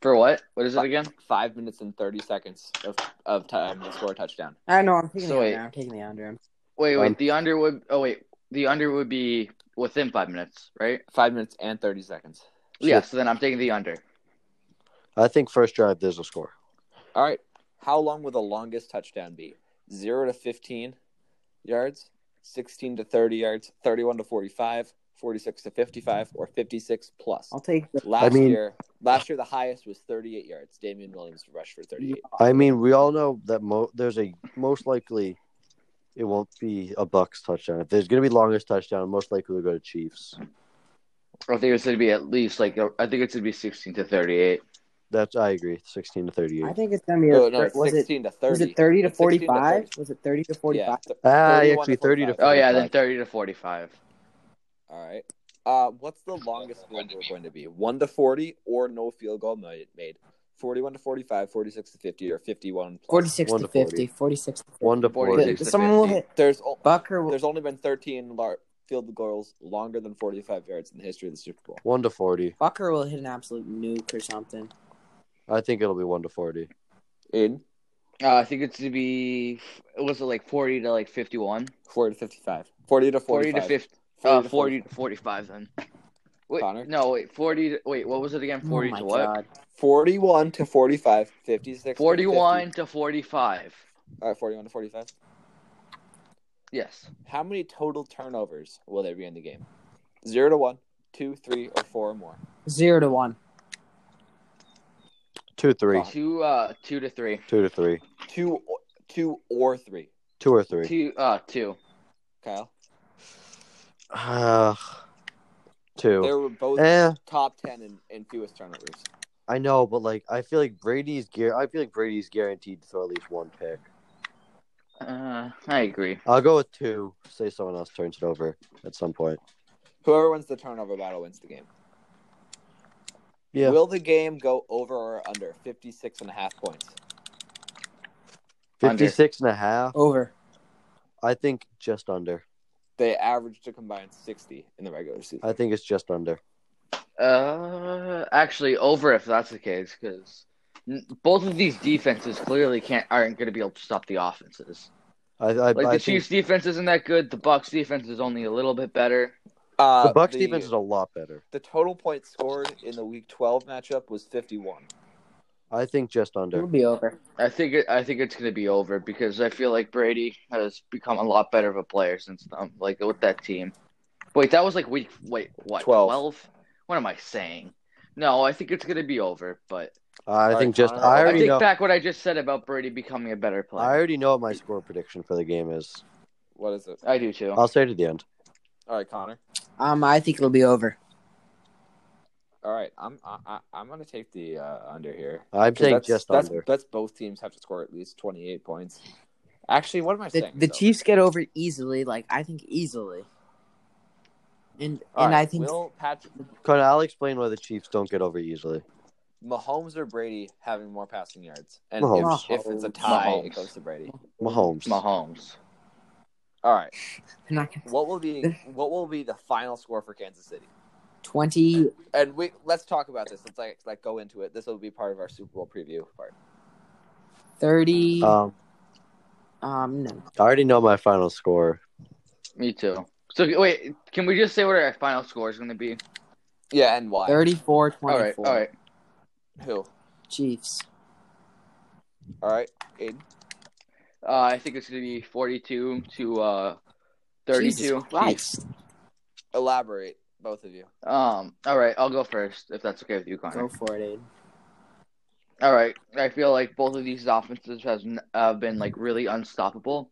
S4: for what? What is it again?
S1: Five minutes and 30 seconds of, of time to score a touchdown.
S2: I know. I'm taking
S4: So
S2: the
S4: wait.
S2: under. I'm taking the under. I'm
S4: Wait, wait.
S3: Um,
S4: the under would. Oh wait, the under would be within five minutes, right?
S1: Five minutes and thirty seconds.
S4: Yeah. So then I'm taking the under.
S3: I think first drive there's a score.
S1: All right. How long will the longest touchdown be? Zero to fifteen yards, sixteen to thirty yards, thirty-one to forty-five, forty-six to fifty-five, or fifty-six plus.
S2: I'll take the
S1: Last
S3: mean-
S1: year, last year the highest was thirty-eight yards. Damian Williams rushed for thirty-eight.
S3: I mean, we all know that mo- there's a most likely it won't be a Bucks touchdown. If there's going to be longest touchdown, most likely it'll go to Chiefs.
S4: I think it's going to be at least like a- I think it's going to be 16 to 38.
S3: That's I agree. Sixteen to
S2: I
S3: thirty-eight.
S2: think it's gonna be a,
S1: Oh, no, it's
S2: was it
S1: sixteen to thirty.
S2: was it thirty to
S1: 16
S2: forty
S1: to
S2: five?
S1: 30.
S2: Was it thirty to forty
S1: Yeah,
S2: five?
S1: th-
S3: Ah,
S1: 31
S3: actually, 30 to
S4: Oh yeah, then
S3: 45.
S4: 30 to 45.
S1: All right. Uh, what's the longest field goal going to be? One to forty or no field goal ma- made? Forty-one to 45, 46 to fifty, or fifty-one. Plus.
S2: Forty six
S3: One
S2: to
S3: to 40.
S2: 50, 46 to 50.
S3: One to
S4: Forty
S3: forty.
S4: six. to
S2: Someone will
S4: 50.
S2: hit
S1: There's o-
S2: Bucker. will-
S1: there's only been thirteen lar- field goals longer than forty-five yards in the history of the Super Bowl.
S3: One to forty.
S2: Bucker will hit an absolute nuke or something.
S3: I think it'll be one to forty.
S1: In
S4: Uh, I think it's going to be was it like 40 to like 51?
S1: forty to fifty-five, forty to
S4: 40
S1: forty-five,
S4: to 50. Uh,
S1: 40 to
S4: 40 to 45 then. Wait,
S1: Connor?
S4: no, wait, 40 to, wait, what was it again? 40
S2: oh my
S4: to what?
S2: god!
S1: 41 to 45, 56
S4: 41
S1: To 50.
S4: to 45.
S1: All right, forty-one to forty-five.
S4: Yes.
S1: How many total turnovers will there be in the game? Zero to one, two, three, or four or more.
S2: Zero to one.
S3: Two three.
S1: Fuck.
S4: Two uh 2 to 3.
S3: Two to three.
S1: Two, or- two or three.
S3: Two or three.
S4: Two uh 2.
S1: Kyle,
S3: Ah,
S1: they
S3: two.
S1: were both
S3: Eh,
S1: top ten in, in fewest turnovers.
S3: I know, but like I feel like Brady's gear. I feel like Brady's guaranteed to throw at least one pick.
S4: Uh I agree.
S3: I'll go with two. Say someone else turns it over at some point.
S1: Whoever wins the turnover battle wins the game.
S3: Yeah.
S1: Will the game go over or under 56 and a half points?
S4: Under.
S3: 56 and a half.
S2: Over.
S3: I think just under.
S1: They averaged a combined 60 in the regular season.
S3: I think it's just under.
S4: Uh actually over if that's the case cuz both of these defenses clearly can't aren't going to be able to stop the offenses.
S3: I, I,
S4: Like
S3: I
S4: the
S3: think
S4: Chiefs defense isn't that good, the Bucks defense is only a little bit better.
S1: Uh,
S3: the Bucks defense is a lot better.
S1: the total points scored in the Week 12 matchup was 51.
S3: I think just
S2: It
S3: under.
S2: would be over.
S4: I think it, I think it's going to be over because I feel like Brady has become a lot better of a player since um, like with that team. Wait, that was like week wait what
S1: 12.
S4: What am I saying? No, I think it's going to be over. But
S3: I
S1: right,
S3: think just.
S1: Connor,
S3: I
S4: I,
S3: already
S4: take
S3: know.
S4: back what I just said about Brady becoming a
S3: I
S4: better player.
S3: already know what my score prediction for the game is.
S1: What is it? Uh,
S4: I, do too.
S3: I'll say it at the end.
S1: All right, Connor.
S2: Um, I think it'll be over.
S1: All right, I'm I, I- I'm gonna take the uh, under here.
S3: I'm saying
S1: that's,
S3: just
S1: that's,
S3: under.
S1: That's both teams have to score at least 28 points. Actually, what am I
S2: The,
S1: saying?
S2: the
S1: though?
S2: Chiefs get over easily. Like I think easily. And
S1: All
S2: and
S1: right,
S2: I think
S1: will Patrick
S3: Connor, I'll explain why the Chiefs don't get over easily.
S1: Mahomes or Brady having more passing yards? And
S3: Mahomes.
S1: If, if it's a tie, it
S4: Mahomes.
S1: goes to Brady.
S3: Mahomes.
S4: Mahomes.
S1: All right,
S2: they're not gonna-
S1: what will be what will be the final score for Kansas City?
S2: twenty.
S1: And we let's talk about this. Let's like like go into it. This will be part of our Super Bowl preview part.
S2: 30
S3: Um,
S2: um no.
S3: I already know my final score.
S4: Me too. So wait, can we just say what our final score is going to be?
S1: Yeah, and why?
S2: 34
S4: All right,
S2: 24
S4: all right.
S1: Who?
S2: Chiefs
S1: All right, Aiden.
S4: Uh, I think it's going to be forty-two to uh,
S2: Jesus
S4: thirty-two. Chiefs.
S2: Christ.
S1: Elaborate, both of you.
S4: Um. All right, I'll go first if that's okay with you,
S2: Go
S4: Connor.
S2: for it, Aiden.
S4: All right, I feel like both of these offenses has n- have been like really unstoppable,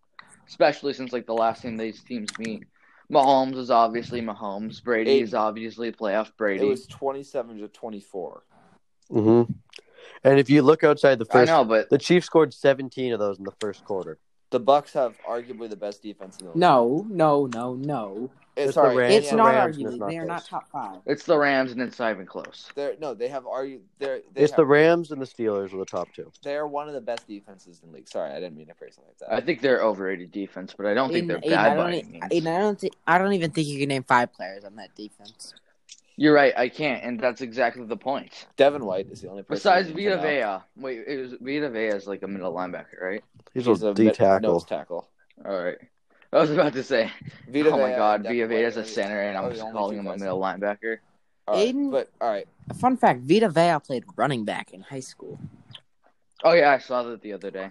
S4: especially since like the last time these teams meet. Mahomes is obviously Mahomes. Brady
S1: It-
S4: is obviously playoff Brady.
S1: It was 27 to 24.
S3: hmm And if you look outside the
S4: I
S3: first,
S4: know, but
S3: the Chiefs scored 17 of those in the first quarter.
S1: The Bucks have arguably the best defense in the league.
S2: No, no, no, no.
S1: it's
S3: It's the
S1: all right.
S3: Rams.
S2: it's not
S3: Rams, and
S2: arguably.
S3: it's not
S2: they are not
S3: close.
S2: top five.
S4: it's the Rams, and it's not even close.
S1: They're, no, they have argu. They're they
S3: it's
S1: have,
S3: the Rams and the Steelers are the top two.
S1: they are one of the best defenses in the league. Sorry, I didn't mean to phrase it like that.
S4: I think they're overrated defense, but I don't think
S2: Aiden,
S4: they're
S2: Aiden, I
S4: bad
S2: don't,
S4: by
S2: e-
S4: any
S2: Aiden,
S4: means.
S2: I don't think I don't even think you can name five players on that defense.
S4: You're right. I can't, and that's exactly the point.
S1: Devin White is the only person.
S4: Besides
S1: who can
S4: Vita
S1: out.
S4: Vea, wait, it was Vita Vea is like a middle linebacker, right?
S3: He's,
S1: he's
S3: a
S1: a
S3: D
S1: mid-
S3: tackle.
S1: nose tackle.
S4: All right. I was about to say.
S1: Vita
S4: oh my
S1: Vea
S4: God,
S1: and
S4: Vita
S1: Declan
S4: Vea's a
S1: Rice
S4: center, and
S1: are
S4: I'm
S1: the
S4: just
S1: only
S4: calling
S1: two
S4: him a
S1: guys-
S4: middle linebacker.
S1: All right,
S2: Aiden-
S1: But all right,
S2: A fun fact: Vita Vea played running back in high school.
S4: Oh yeah, I saw that the other day.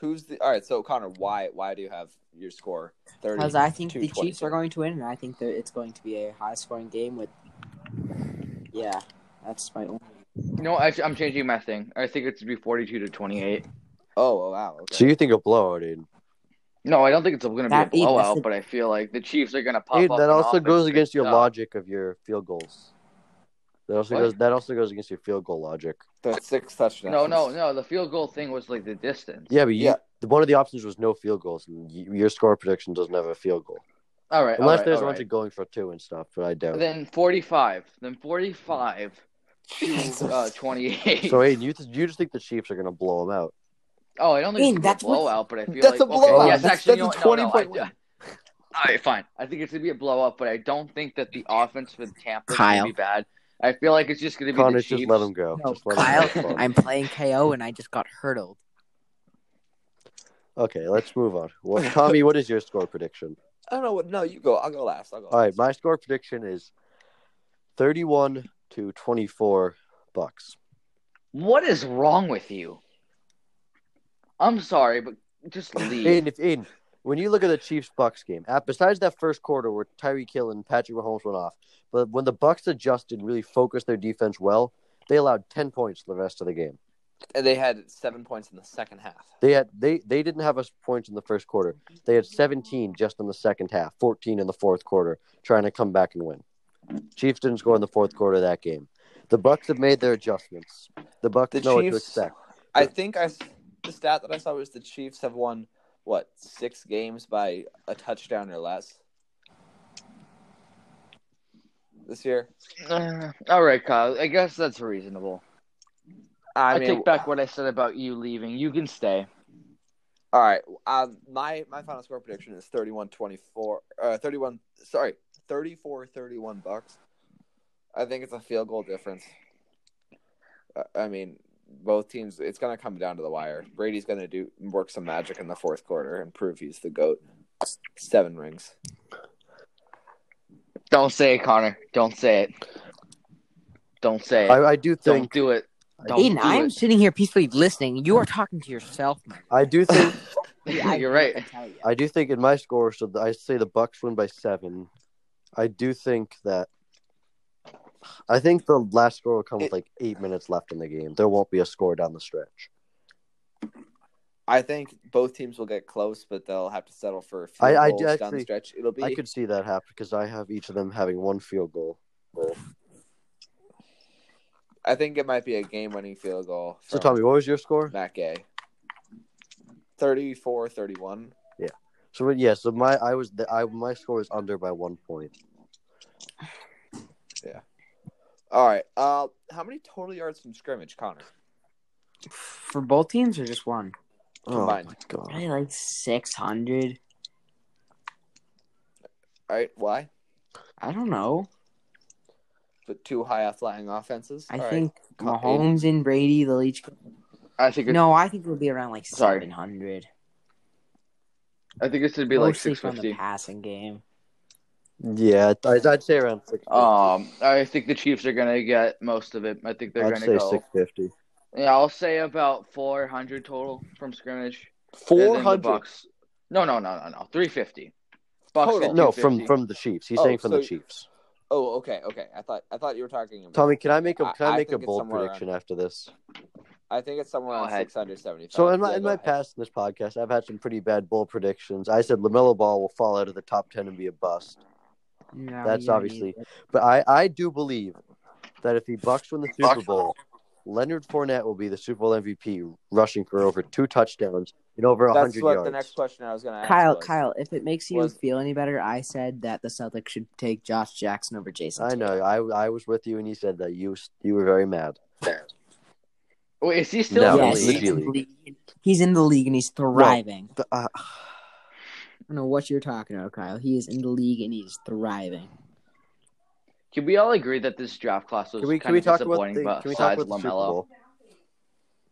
S1: who's the all right? So Connor, why why do you have your score thirty?
S2: Because I think the
S1: 22.
S2: Chiefs are going to win, and I think that it's going to be a high-scoring game. With yeah, that's my only.
S4: No, I, I'm changing my thing. I think it's to be 42 to 28.
S1: Oh, oh, wow. Okay.
S3: So you think a blowout, Aiden?
S4: No, I don't think it's going to be a
S2: That- Aiden, that's
S4: blowout,
S2: the-
S4: but I feel like the Chiefs are going to pop
S3: Aiden,
S4: up.
S3: that
S4: and
S3: also
S4: offense
S3: goes
S4: picks
S3: against your
S4: up.
S3: logic of your field goals. That also
S4: What?
S3: goes. That also goes against your field goal logic.
S1: The six touchdowns.
S4: No, no, no. The field goal thing was like the distance.
S3: Yeah, but you,
S1: Yeah.
S3: the, one of the options was no field goals, and y your score prediction doesn't have a field goal
S4: All right.
S3: unless
S4: all right,
S3: there's
S4: all
S3: ones
S4: right.
S3: that going for two and stuff. But I doubt. it.
S4: Then 45. Then 45
S1: Jesus.
S4: to uh, 28.
S3: So Aiden, you th- you just think the Chiefs are gonna blow them out?
S4: oh, I don't think
S2: Ian,
S4: it's
S2: that's
S4: a
S2: what-
S4: blowout, but I feel
S1: That's
S4: like.
S1: a blowout.
S4: Okay, yes,
S1: That's-
S4: actually,
S1: that's a
S4: you know, what?
S1: 20
S4: no, no,
S1: point
S4: I-
S1: win.
S4: All right, fine. I think it's going to be a blowout, but I don't think that the offense for Tampa is going
S2: Kyle.
S4: to be bad. I feel like it's just going to be
S3: Connor,
S4: the Chiefs.
S3: just let them go.
S2: No,
S3: just let 'em
S2: Oh, Kyle,
S3: have fun.
S2: I'm playing KO, and I just got hurdled.
S3: Okay, let's move on. What, Tommy, what is your score prediction?
S1: I don't know what. No, you go. I'll go last. I'll go.
S3: All right,
S1: last.
S3: my score prediction is thirty-one to twenty-four bucks.
S4: What is wrong with you? I'm sorry, but just leave.
S3: Aiden, if Aiden, when you look at the Chiefs Bucks game, at, besides that first quarter where Tyreek Hill and Patrick Mahomes went off, but when the Bucks adjusted, and really focused their defense well, they allowed ten points the rest of the game.
S1: And they had seven points in the second half.
S3: They had they they didn't have us points in the first quarter. They had seventeen just in the second half, fourteen in the fourth quarter, trying to come back and win. Chiefs didn't score in the fourth quarter of that game. The Bucks have made their adjustments. The Bucks
S1: The
S3: know what to
S1: Chiefs-
S3: expect.
S1: I
S3: Yeah.
S1: think I s- the stat that I saw was the Chiefs have won what six games by a touchdown or less this year.
S4: Uh, all right, Kyle. I guess that's reasonable. I,
S1: I, mean,
S4: take back what I said about you leaving. You can stay.
S1: all right. Um, my my final score prediction is 31-24 uh, 31 sorry, 34-31 bucks. I think it's a field goal difference. Uh, I mean, both teams it's going to come down to the wire. Brady's going to do work some magic in the fourth quarter and prove he's the goat. Seven rings.
S4: Don't say it, Connor. Don't say it. Don't say it.
S3: I, I do
S4: Don't
S3: think
S4: do it. Don't
S2: Aiden,
S4: do
S2: I am
S4: it.
S2: sitting here peacefully listening. You are talking to yourself. man.
S3: I do think
S2: I
S4: You're
S2: hate to
S4: right.
S2: tell you.
S3: I do think in my score, so I say the Bucks win by seven. I do think that I think the last score will come with
S1: It-
S3: like eight minutes left in the game. There won't be a score down the stretch.
S1: I think both teams will get close, but they'll have to settle for a few
S3: I- I
S1: goals down the
S3: actually-
S1: stretch. It'll be
S3: I could see that happen because I have each of them having one field goal.
S1: I think it might be a game-winning field goal.
S3: So,
S1: From
S3: Tommy, what was your score?
S1: Matt Gay. 34-31.
S3: So yeah, so my I was the, I my score is under by one point.
S1: All right. Uh, how many total yards from scrimmage, Connor?
S2: For both teams or just one?
S1: Combined.
S3: Oh my god!
S2: Probably like six hundred.
S1: All right. Why?
S2: I don't know.
S1: But two high flying offenses.
S2: I
S1: All right.
S2: think
S1: Ca-
S2: Mahomes and Brady, the each.
S4: I think it,
S2: No, I think it'll be around like
S4: Sorry.
S2: seven hundred.
S4: I think it's going to be like
S2: Mostly from the
S4: 650.
S2: passing game.
S3: Yeah, I'd, I'd say around six.
S1: Oh,
S4: Um, I think the Chiefs are going to get most of it. I think they're
S3: I'd
S4: going to
S3: say
S4: go.
S3: six fifty.
S4: Yeah, I'll say about 400 total from scrimmage. And then the
S1: Four hundred.
S4: Bucks. No, no, no, no, no. 350. Bucks
S1: Total.
S4: at
S3: No, from
S4: 250.
S3: from the Chiefs. He's
S1: Oh,
S3: saying from the
S1: so-
S3: Chiefs.
S1: Oh, okay, okay. I thought I thought you were talking about.
S3: Tommy, can I make a
S1: I-
S3: can I,
S1: I
S3: make a
S1: think it's
S3: bold
S1: somewhere around-
S3: prediction after this?
S1: I think it's somewhere
S4: Go
S1: around
S4: ahead.
S1: six hundred seventy-five.
S3: So in my
S1: Yeah,
S3: in
S1: go
S3: my
S1: ahead.
S3: past in this podcast, I've had some pretty bad bold predictions. I said Lamelo Ball will fall out of the top ten and be a bust.
S2: No,
S3: That's
S2: you don't
S3: obviously-
S2: need it.
S3: But I, I do believe that if the Bucks win the Super Bowl, Leonard Fournette will be the Super Bowl MVP, rushing for over two touchdowns and over
S1: That's
S3: hundred
S1: what
S3: yards.
S1: the next question I was going to ask.
S2: Kyle,
S1: was.
S2: Kyle, if it makes you
S1: was-
S2: feel any better, I said that the Celtics should take Josh Jackson over Jason.
S3: I
S2: Tatum.
S3: know. I I was with you, and you said that you you were very mad.
S4: Wait, is he still
S3: No,
S4: in
S2: yes,
S4: the
S3: in the
S4: league?
S2: he's
S3: G
S2: in the,
S3: League.
S2: league. he's in the league and he's thriving.
S3: The- uh,
S2: I don't know what you're talking about, Kyle. He is in the league and he's thriving.
S4: Can we all agree that this draft class was
S3: can we
S4: kind
S3: can we
S4: of
S3: talk about
S4: disappointing
S3: the, can we talk
S4: besides
S3: about the Super
S4: LaMelo?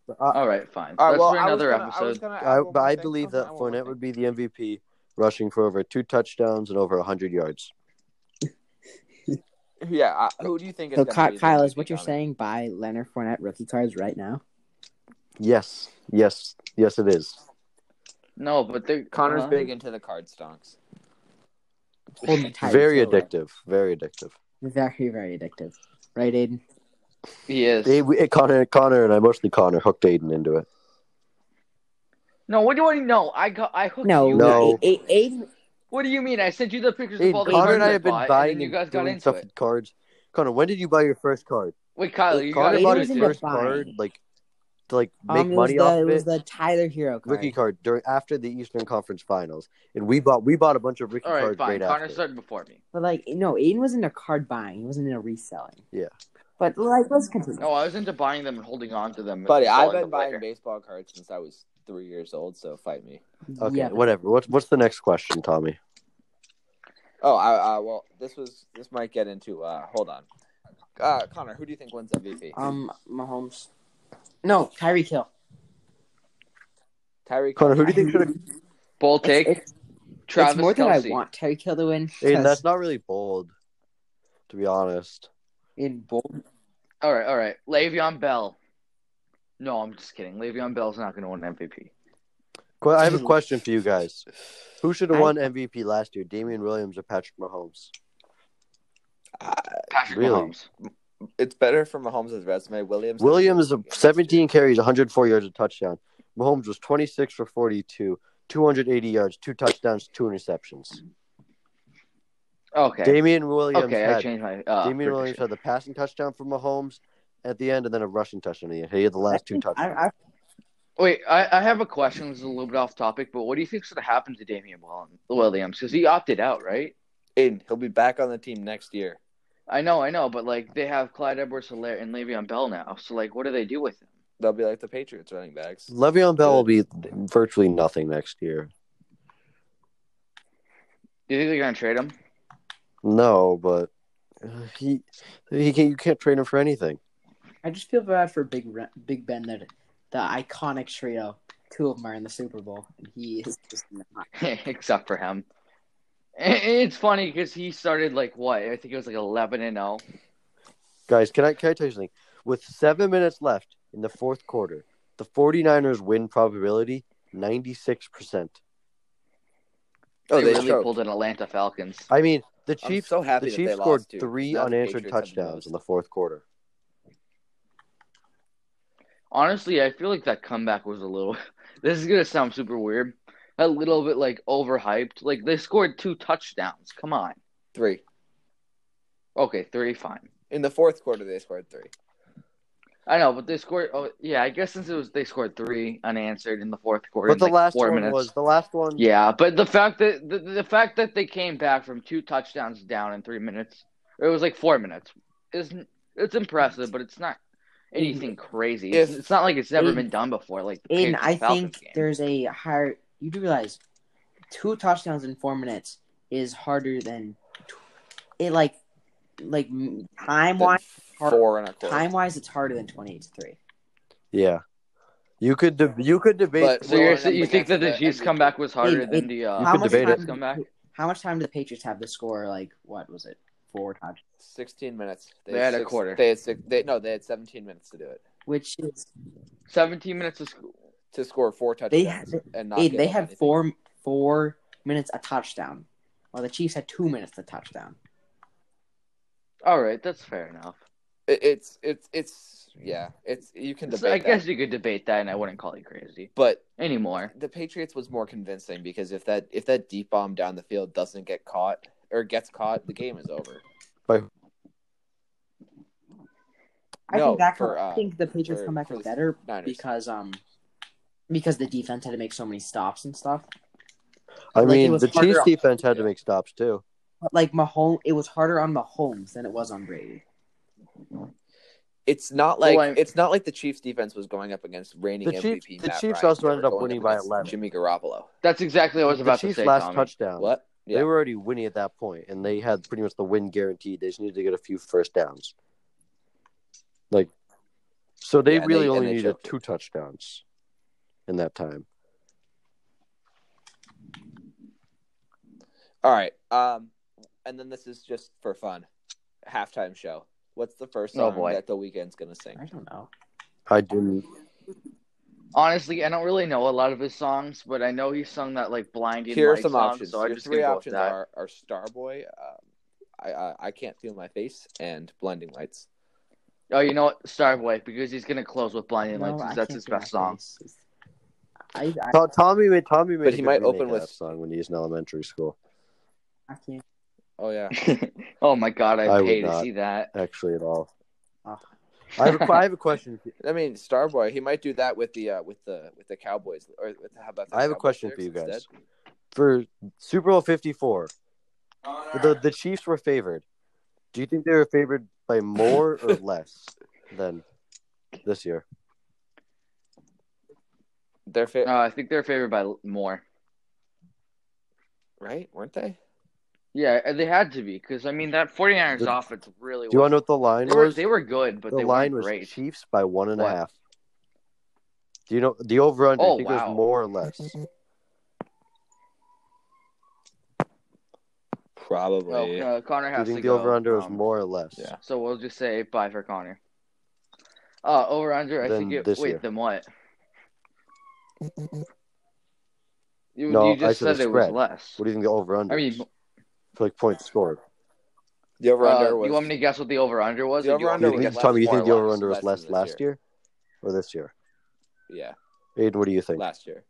S3: Bowl? Uh,
S4: All right, fine.
S1: All right,
S4: That's
S1: well,
S4: for
S1: I was
S4: another
S1: gonna- I was
S4: episode.
S1: gonna add
S3: I,
S1: one
S3: but
S1: more
S3: I
S1: thing.
S3: believe
S1: Something-
S3: that
S1: one more
S3: Fournette
S1: thing.
S3: would be the MVP. rushing for over two touchdowns and over 100 yards.
S1: Yeah, I, who do you think? Is
S2: So,
S1: gonna
S2: Ky-
S1: be the
S2: Kyle, is
S1: MVP
S2: what you're
S1: nominee?
S2: saying buy Leonard Fournette rookie cards right now?
S3: Yes, yes, yes, it is.
S4: No, but they
S1: Connor's
S4: uh,
S1: big into the card stonks.
S2: Hold the Tyreek
S3: very
S2: Hill, right?
S3: addictive. Very addictive.
S2: Very, very addictive. Right, Aiden?
S4: He is.
S3: They, we, Connor, Connor, and I mostly Connor hooked Aiden into it.
S4: No, what do I know? I got. I hooked
S2: No,
S4: you.
S3: No.
S2: A- A- Aiden,
S4: What do you mean? I sent you the pictures of all
S3: Aiden,
S4: the
S3: Connor
S4: cards
S3: and I have been
S4: bought,
S3: buying
S4: and then you
S3: and
S4: guys got
S3: doing
S4: into
S3: stuff
S4: it.
S3: with cards. Connor, when did you buy your first card?
S4: Wait, Kyle, you got
S3: Connor
S2: Aiden
S3: bought
S4: into
S2: was
S3: his
S4: it.
S2: into
S4: Too.
S3: first
S2: buying.
S3: card, like to like make
S2: um, it was
S3: money
S2: the,
S3: off
S2: it
S3: of
S2: was
S3: it.
S2: the Tyler Hero card.
S3: Rookie card during after the Eastern Conference Finals, and we bought we bought a bunch of rookie
S4: All right,
S3: cards
S4: fine.
S3: right
S4: Connor
S3: after.
S4: started before me.
S2: But like, no, Aiden was into card buying. He wasn't into reselling.
S3: Yeah.
S2: But like, let's continue.
S4: No, I was into buying them and holding on to them. and
S1: Buddy, I've
S4: selling
S1: been
S4: them
S1: buying
S4: later.
S1: baseball cards since I was three years old. So fight me.
S4: Oh,
S3: Okay,
S2: Yeah,
S3: whatever. What's what's the next question, Tommy?
S1: Oh, I, I well, this was this might get into. uh Hold on, uh, Connor, who do you think wins MVP?
S2: um, Mahomes. No, Tyreek Hill.
S1: Tyreek.
S3: Connor, who
S1: Hill?
S3: do you think should have?
S4: Bold
S2: It's,
S4: take.
S2: it's,
S4: Travis
S2: it's more than I
S4: Kelsey.
S2: want Tyreek Hill to win.
S3: Aiden, that's
S2: because
S3: not really bold, to be honest.
S2: in bold.
S4: All right, all right. Le'Veon Bell. No, I'm just kidding. Le'Veon Bell's not going to win MVP.
S3: Qu- I have a question for you guys. Who should have
S2: I-
S3: won MVP last year, Damian Williams or Patrick Mahomes?
S4: Patrick
S3: Really?
S4: Mahomes.
S1: It's better for Mahomes' resume. Williams.
S3: Williams, 17 carries, 104 yards, a touchdown. Mahomes was 26 for 42, 280 yards, two touchdowns, two interceptions.
S4: Okay.
S3: Damian Williams
S4: okay, I
S3: had
S4: changed my. Uh,
S3: Damian Williams
S4: prediction.
S3: had the passing touchdown for Mahomes at the end, and then a rushing touchdown. at the end. He had the last two touchdowns.
S2: I, I,
S4: Wait, I, I have a question. This is a little bit off topic, but what do you think's going to happen to Damian Will- Williams? Because he opted out, right?
S1: Aiden, he'll be back on the team next year.
S4: I know, I know, but like they have Clyde Edwards Hilaire and Le'Veon Bell now. So like, what do they do with him?
S1: They'll be like the Patriots running backs.
S3: Le'Veon Bell will be virtually nothing next year.
S4: Do you think they're going to trade him?
S3: No, but uh, he he can, you can't train him for anything.
S2: I just feel bad for Big Re- Big Ben that the iconic trio, two of them are in the Super Bowl, and he is just not.
S4: Except for him. I- It's funny because he started like what? I think it was like 11 and oh. 0.
S3: Guys, can I can I tell you something? With seven minutes left in the fourth quarter, the 49ers win probability 96%.
S1: Oh,
S4: they
S1: they
S4: really
S1: choked.
S4: pulled an Atlanta Falcons.
S3: I mean, the
S1: I'm
S3: Chiefs
S1: so happy
S3: the
S1: that
S3: Chiefs
S1: they
S3: scored
S1: lost, too.
S3: three
S1: Now the
S3: unanswered
S1: Patriots have the
S3: touchdowns
S1: most.
S3: in the fourth quarter.
S4: Honestly, I feel like that comeback was a little. This is gonna sound super weird. A little bit like overhyped. Like they scored two touchdowns. Come on.
S1: Three
S4: Okay, three, fine.
S1: in the fourth quarter, they scored three.
S4: I know, but they scored. Oh, yeah. I guess since it was they scored three unanswered in the fourth quarter.
S3: But
S4: in,
S3: the
S4: like,
S3: last
S4: four
S3: one
S4: minutes.
S3: was the last one
S4: Yeah, but the fact that the, the fact that they came back from two touchdowns down in three minutes, or it was like four minutes, is it's impressive, but it's not anything crazy. It's,
S1: If-
S4: it's not like it's never
S2: Aiden-
S4: been done before. Like the
S2: Aiden,
S4: Patriots
S2: I
S4: Falcons
S2: think
S4: game.
S2: there's a higher. You do realize two touchdowns in four minutes is harder than tw- it like like
S1: Then
S2: time wise.
S1: Four and a quarter.
S2: Time wise, it's harder than twenty eight to three.
S3: Yeah, you could deb you could debate.
S1: But
S4: So
S1: we're
S4: you're,
S1: going up
S4: you think
S1: against
S4: that the,
S1: the
S4: Chiefs
S1: MVP.
S4: comeback was harder
S2: Aiden,
S4: than the uh,
S3: You could
S2: much
S3: debate
S4: Patriots
S2: time-
S4: comeback?
S2: How much time did the Patriots have to score? Like what was it? Four touchdowns,
S1: Sixteen minutes.
S4: They had a
S1: six-
S4: quarter.
S1: They had six. They, no, they had seventeen minutes to do it
S2: which is
S4: Seventeen minutes of school.
S1: to score four
S2: They
S1: touchdowns
S2: had-
S1: and not.
S2: Aiden,
S1: give
S2: they
S1: up
S2: had
S1: anything.
S2: four four minutes a touchdown, while the Chiefs had two minutes a touchdown.
S4: All right, that's fair enough.
S1: It- it's it's it's yeah. It's you can debate.
S4: So I
S1: that.
S4: guess you could debate that, and I wouldn't call you crazy
S1: but
S4: anymore.
S1: the Patriots was more convincing because if that if that deep bomb down the field doesn't get caught or gets caught, the game is over.
S2: I
S1: No,
S2: think that
S1: for,
S2: come-
S1: uh,
S2: I think the Patriots
S1: for-
S2: comeback
S1: for
S2: was
S1: the
S2: better
S1: Niners.
S2: because um because the defense had to make so many stops and stuff.
S3: I
S2: Like, it
S3: mean,
S2: was
S3: the
S2: harder
S3: Chiefs
S2: on-
S3: defense had to
S1: Yeah.
S3: make stops too.
S2: But like Mahomes, it was harder on Mahomes than it was on Brady.
S1: It's not like
S4: Well, I'm-
S1: it's not like the Chiefs defense was going up against reigning
S3: The Chiefs-
S1: MVP.
S3: the
S1: Matt
S3: Chiefs
S1: Ryan.
S3: also
S1: They
S3: ended
S1: were
S3: up
S1: going
S3: winning
S1: up
S3: by
S1: against
S3: 11.
S1: Jimmy Garoppolo.
S4: That's exactly what I was
S3: The
S4: about to
S3: Chiefs'
S4: say.
S3: last
S4: Tommy.
S3: touchdown,
S1: What? Yeah.
S3: they were already winning at that point, and they had pretty much the win guaranteed. They just needed to get a few first downs. Like, so they
S1: Yeah, and
S3: really
S1: they-
S3: only
S1: and they
S3: needed
S1: choked it.
S3: two touchdowns in that time.
S1: All right. Um, and then this is just for fun. Halftime show. What's the first
S4: Oh,
S1: song
S4: boy.
S1: that the weekend's gonna sing?
S2: I don't know.
S3: I didn't.
S4: Honestly, I don't really know a lot of his songs, but I know he sung that like blinding
S1: Here are
S4: light
S1: some
S4: song,
S1: options.
S4: So I
S1: Your
S4: just
S1: three
S4: gonna go with
S1: options
S4: that.
S1: are are Starboy, um, I, I I can't feel my face, and Blinding Lights.
S4: Oh, you know what? Starboy, because he's gonna close with blinding
S2: No,
S4: lights.
S2: I
S4: since That's
S2: can't
S4: his
S2: do my
S4: best song.
S2: face. I, I,
S3: To- Tommy made Tommy made.
S1: But
S3: a
S1: he
S3: good
S1: might
S3: remake
S1: open
S3: of
S1: with-
S3: that song when he's in elementary school.
S2: I can't.
S1: Oh yeah.
S4: oh my god, I,
S3: I would
S4: pay to
S3: not.
S4: see that.
S3: Actually, at all.
S2: Ah.
S3: I, have a, I have a question. for you-
S1: I mean, Starboy. He might do that with the uh, with the with the Cowboys. Or with, how about? The
S3: I have a
S1: Cowboys
S3: question for you
S1: lyrics
S3: guys.
S1: instead?
S3: For Super Bowl Fifty Four, the the Chiefs were favored. Do you think they were favored by more or less than this year?
S1: They're fa-
S4: No, I think they're favored by l- more.
S1: right, weren't they?
S4: Yeah, uh, they had to be because I mean that 49ers
S3: The-
S4: offense really.
S3: Do you want to know
S4: was-
S3: what the line
S4: They were
S3: was?
S4: they were good, but
S3: the
S4: they
S3: line
S4: weren't
S3: was
S4: great.
S3: Chiefs by one and a half.
S4: What?
S3: Do you know the over under?
S4: Oh,
S3: I think it
S4: wow.
S3: was more or less.
S1: Probably.
S4: Oh, uh, Connor
S3: Do you
S4: has to
S3: think the
S4: go.
S3: over under was
S4: um,
S3: more or less?
S1: yeah.
S4: So we'll just say bye for Connor. Uh, over under. I
S3: Then
S4: think it.
S3: this
S4: Wait,
S3: year.
S4: then what? You,
S3: No,
S4: you
S3: I
S4: just
S3: said the
S4: said it was
S3: spread.
S4: less.
S3: What do you think the over
S4: I
S3: under?
S4: mean,
S3: for like points scored.
S1: The over
S4: uh,
S1: under was.
S4: you want me to guess what the over under was?
S1: The
S4: or do you want
S1: over-under
S4: me
S3: You
S1: was
S4: to guess
S3: think,
S1: less,
S3: Tommy, you
S1: more
S3: think the
S1: or
S3: over
S1: less,
S3: under was
S1: less
S3: less
S1: than this
S3: last year or this year?
S1: Yeah,
S3: Aiden, what do you think?
S1: last year.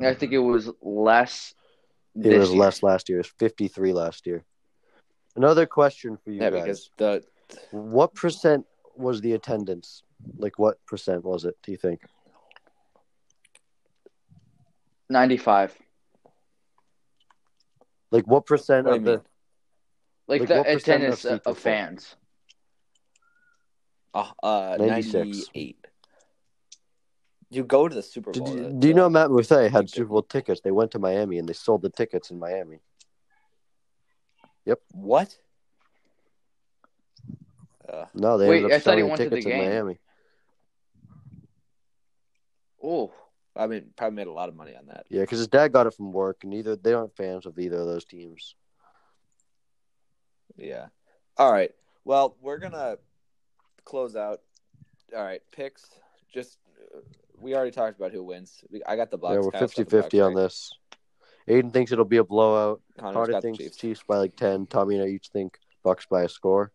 S4: I think it was less.
S3: It was less last year. It was 53 last year. Another question for you
S1: yeah,
S3: guys.
S1: because the
S3: What percent was the attendance? Like, what percent was it, do you think?
S4: ninety-five.
S3: Like, what percent
S1: What do
S3: of
S1: you
S3: the.
S1: mean?
S4: Like,
S3: Like, what
S4: the
S3: percent
S4: attendance
S3: of
S4: of,
S3: seats were full?
S4: fans.
S1: uh, uh
S3: 96.
S1: ninety-eight. You go to the Super
S3: Did
S1: Bowl.
S3: you,
S1: the-
S3: do you
S1: the-
S3: know Matt Muthay
S1: think
S3: had Super Bowl tickets? They went to Miami and they sold the tickets in Miami.
S1: what? Uh,
S3: No, they
S4: Wait,
S3: ended
S4: I
S3: up
S4: thought
S3: selling
S4: he
S3: the
S4: went to the
S3: tickets in
S4: game.
S3: Miami.
S4: Oh,
S1: I mean, probably made a lot of money on that.
S3: Yeah, because his dad got it from work, and either they aren't fans of either of those teams.
S1: Yeah. All right. Well, we're gonna close out. All right, picks. Just uh, we already talked about who wins. We, I got the Bucks.
S3: yeah, we're
S1: Kyle's
S3: 50
S1: got the
S3: 50
S1: Bucks,
S3: on
S1: right?
S3: this. Aiden thinks it'll be a blowout.
S1: Connor's
S3: Carter
S1: got the
S3: thinks
S1: Chiefs.
S3: Chiefs. by like 10. Tommy and I each think Bucks by a score.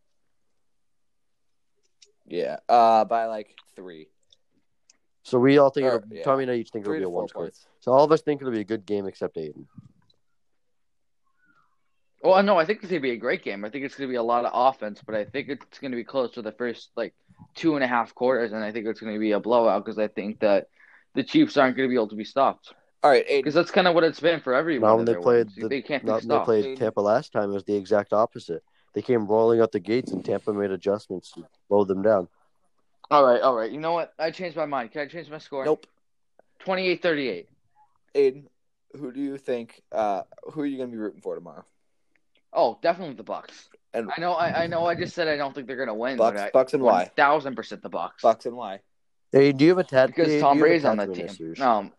S1: Yeah. Uh, by like three,
S3: So we all think
S1: Or,
S3: it'll,
S1: Oh, yeah.
S3: Tommy and I each think it'll
S1: three
S3: be
S1: to
S3: a
S1: four
S3: one score.
S1: points.
S3: So all of us think it'll be a good game except Aiden.
S4: well, no, I think it's gonna be a great game. I think it's gonna be a lot of offense, but I think it's gonna be close to the first like two and a half quarters, and I think it's gonna be a blowout because I think that the Chiefs aren't gonna be able to be stopped
S1: All right, Aiden.
S4: because that's kind of what it's been for everyone.
S3: Not when
S4: of
S3: they
S4: their
S3: played
S4: wins.
S3: the-
S4: they can't be
S3: Not when they
S4: stopped.
S3: played
S1: Aiden.
S3: Tampa last time, it was the exact opposite. They came rolling out the gates, and Tampa made adjustments to slow them down.
S4: All right, all right. You know what? I changed my mind. Can I change my score?
S1: Nope.
S4: 28-38.
S1: Aiden, who do you think? Uh, who are you gonna be rooting for tomorrow?
S4: Oh, definitely the Bucks.
S1: And-
S4: I know, I, I know. I just said I don't think they're gonna win.
S1: Bucks,
S4: but I,
S1: Bucks, and why?
S4: Thousand percent the Bucks.
S1: Bucks and why?
S3: Aiden, do you have a tat?
S4: because
S3: Aiden,
S4: Tom
S3: do you have a
S4: Brady's on that
S3: tattoo in
S4: team.
S3: this years?
S4: Um,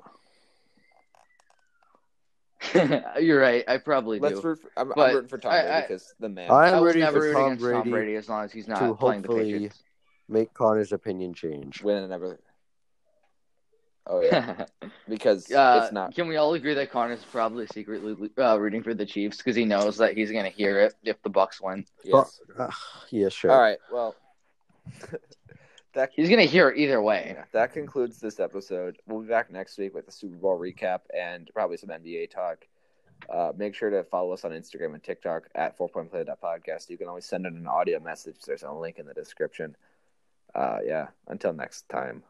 S4: you're right. I probably
S1: Let's
S4: do.
S1: root. For, I'm,
S4: But
S1: I'm rooting for Tom
S4: I-
S1: Brady
S4: I-
S1: because the man.
S3: I
S4: I
S3: am
S4: was
S3: ready for
S4: never root
S3: Tom
S4: against Tom
S3: Brady.
S4: Brady as long as he's
S3: to
S4: not playing the
S3: hopefully-
S4: Patriots.
S3: Make Connor's opinion change.
S1: win and everything. Oh yeah, because
S4: Uh,
S1: it's not.
S4: Can we all agree that Connor's probably secretly uh, rooting for the Chiefs because he knows that he's gonna hear it if the Bucks win?
S1: Yes.
S3: Ugh, Oh, ah, yeah, sure.
S1: All right. Well, that
S4: He's gonna hear it either way.
S1: yeah, that concludes this episode. We'll be back next week with a Super Bowl recap and probably some NBA talk. Uh, make sure to follow us on Instagram and TikTok at Four Point Podcast. You can always send in an audio message. There's a link in the description. Uh, yeah. Until next time.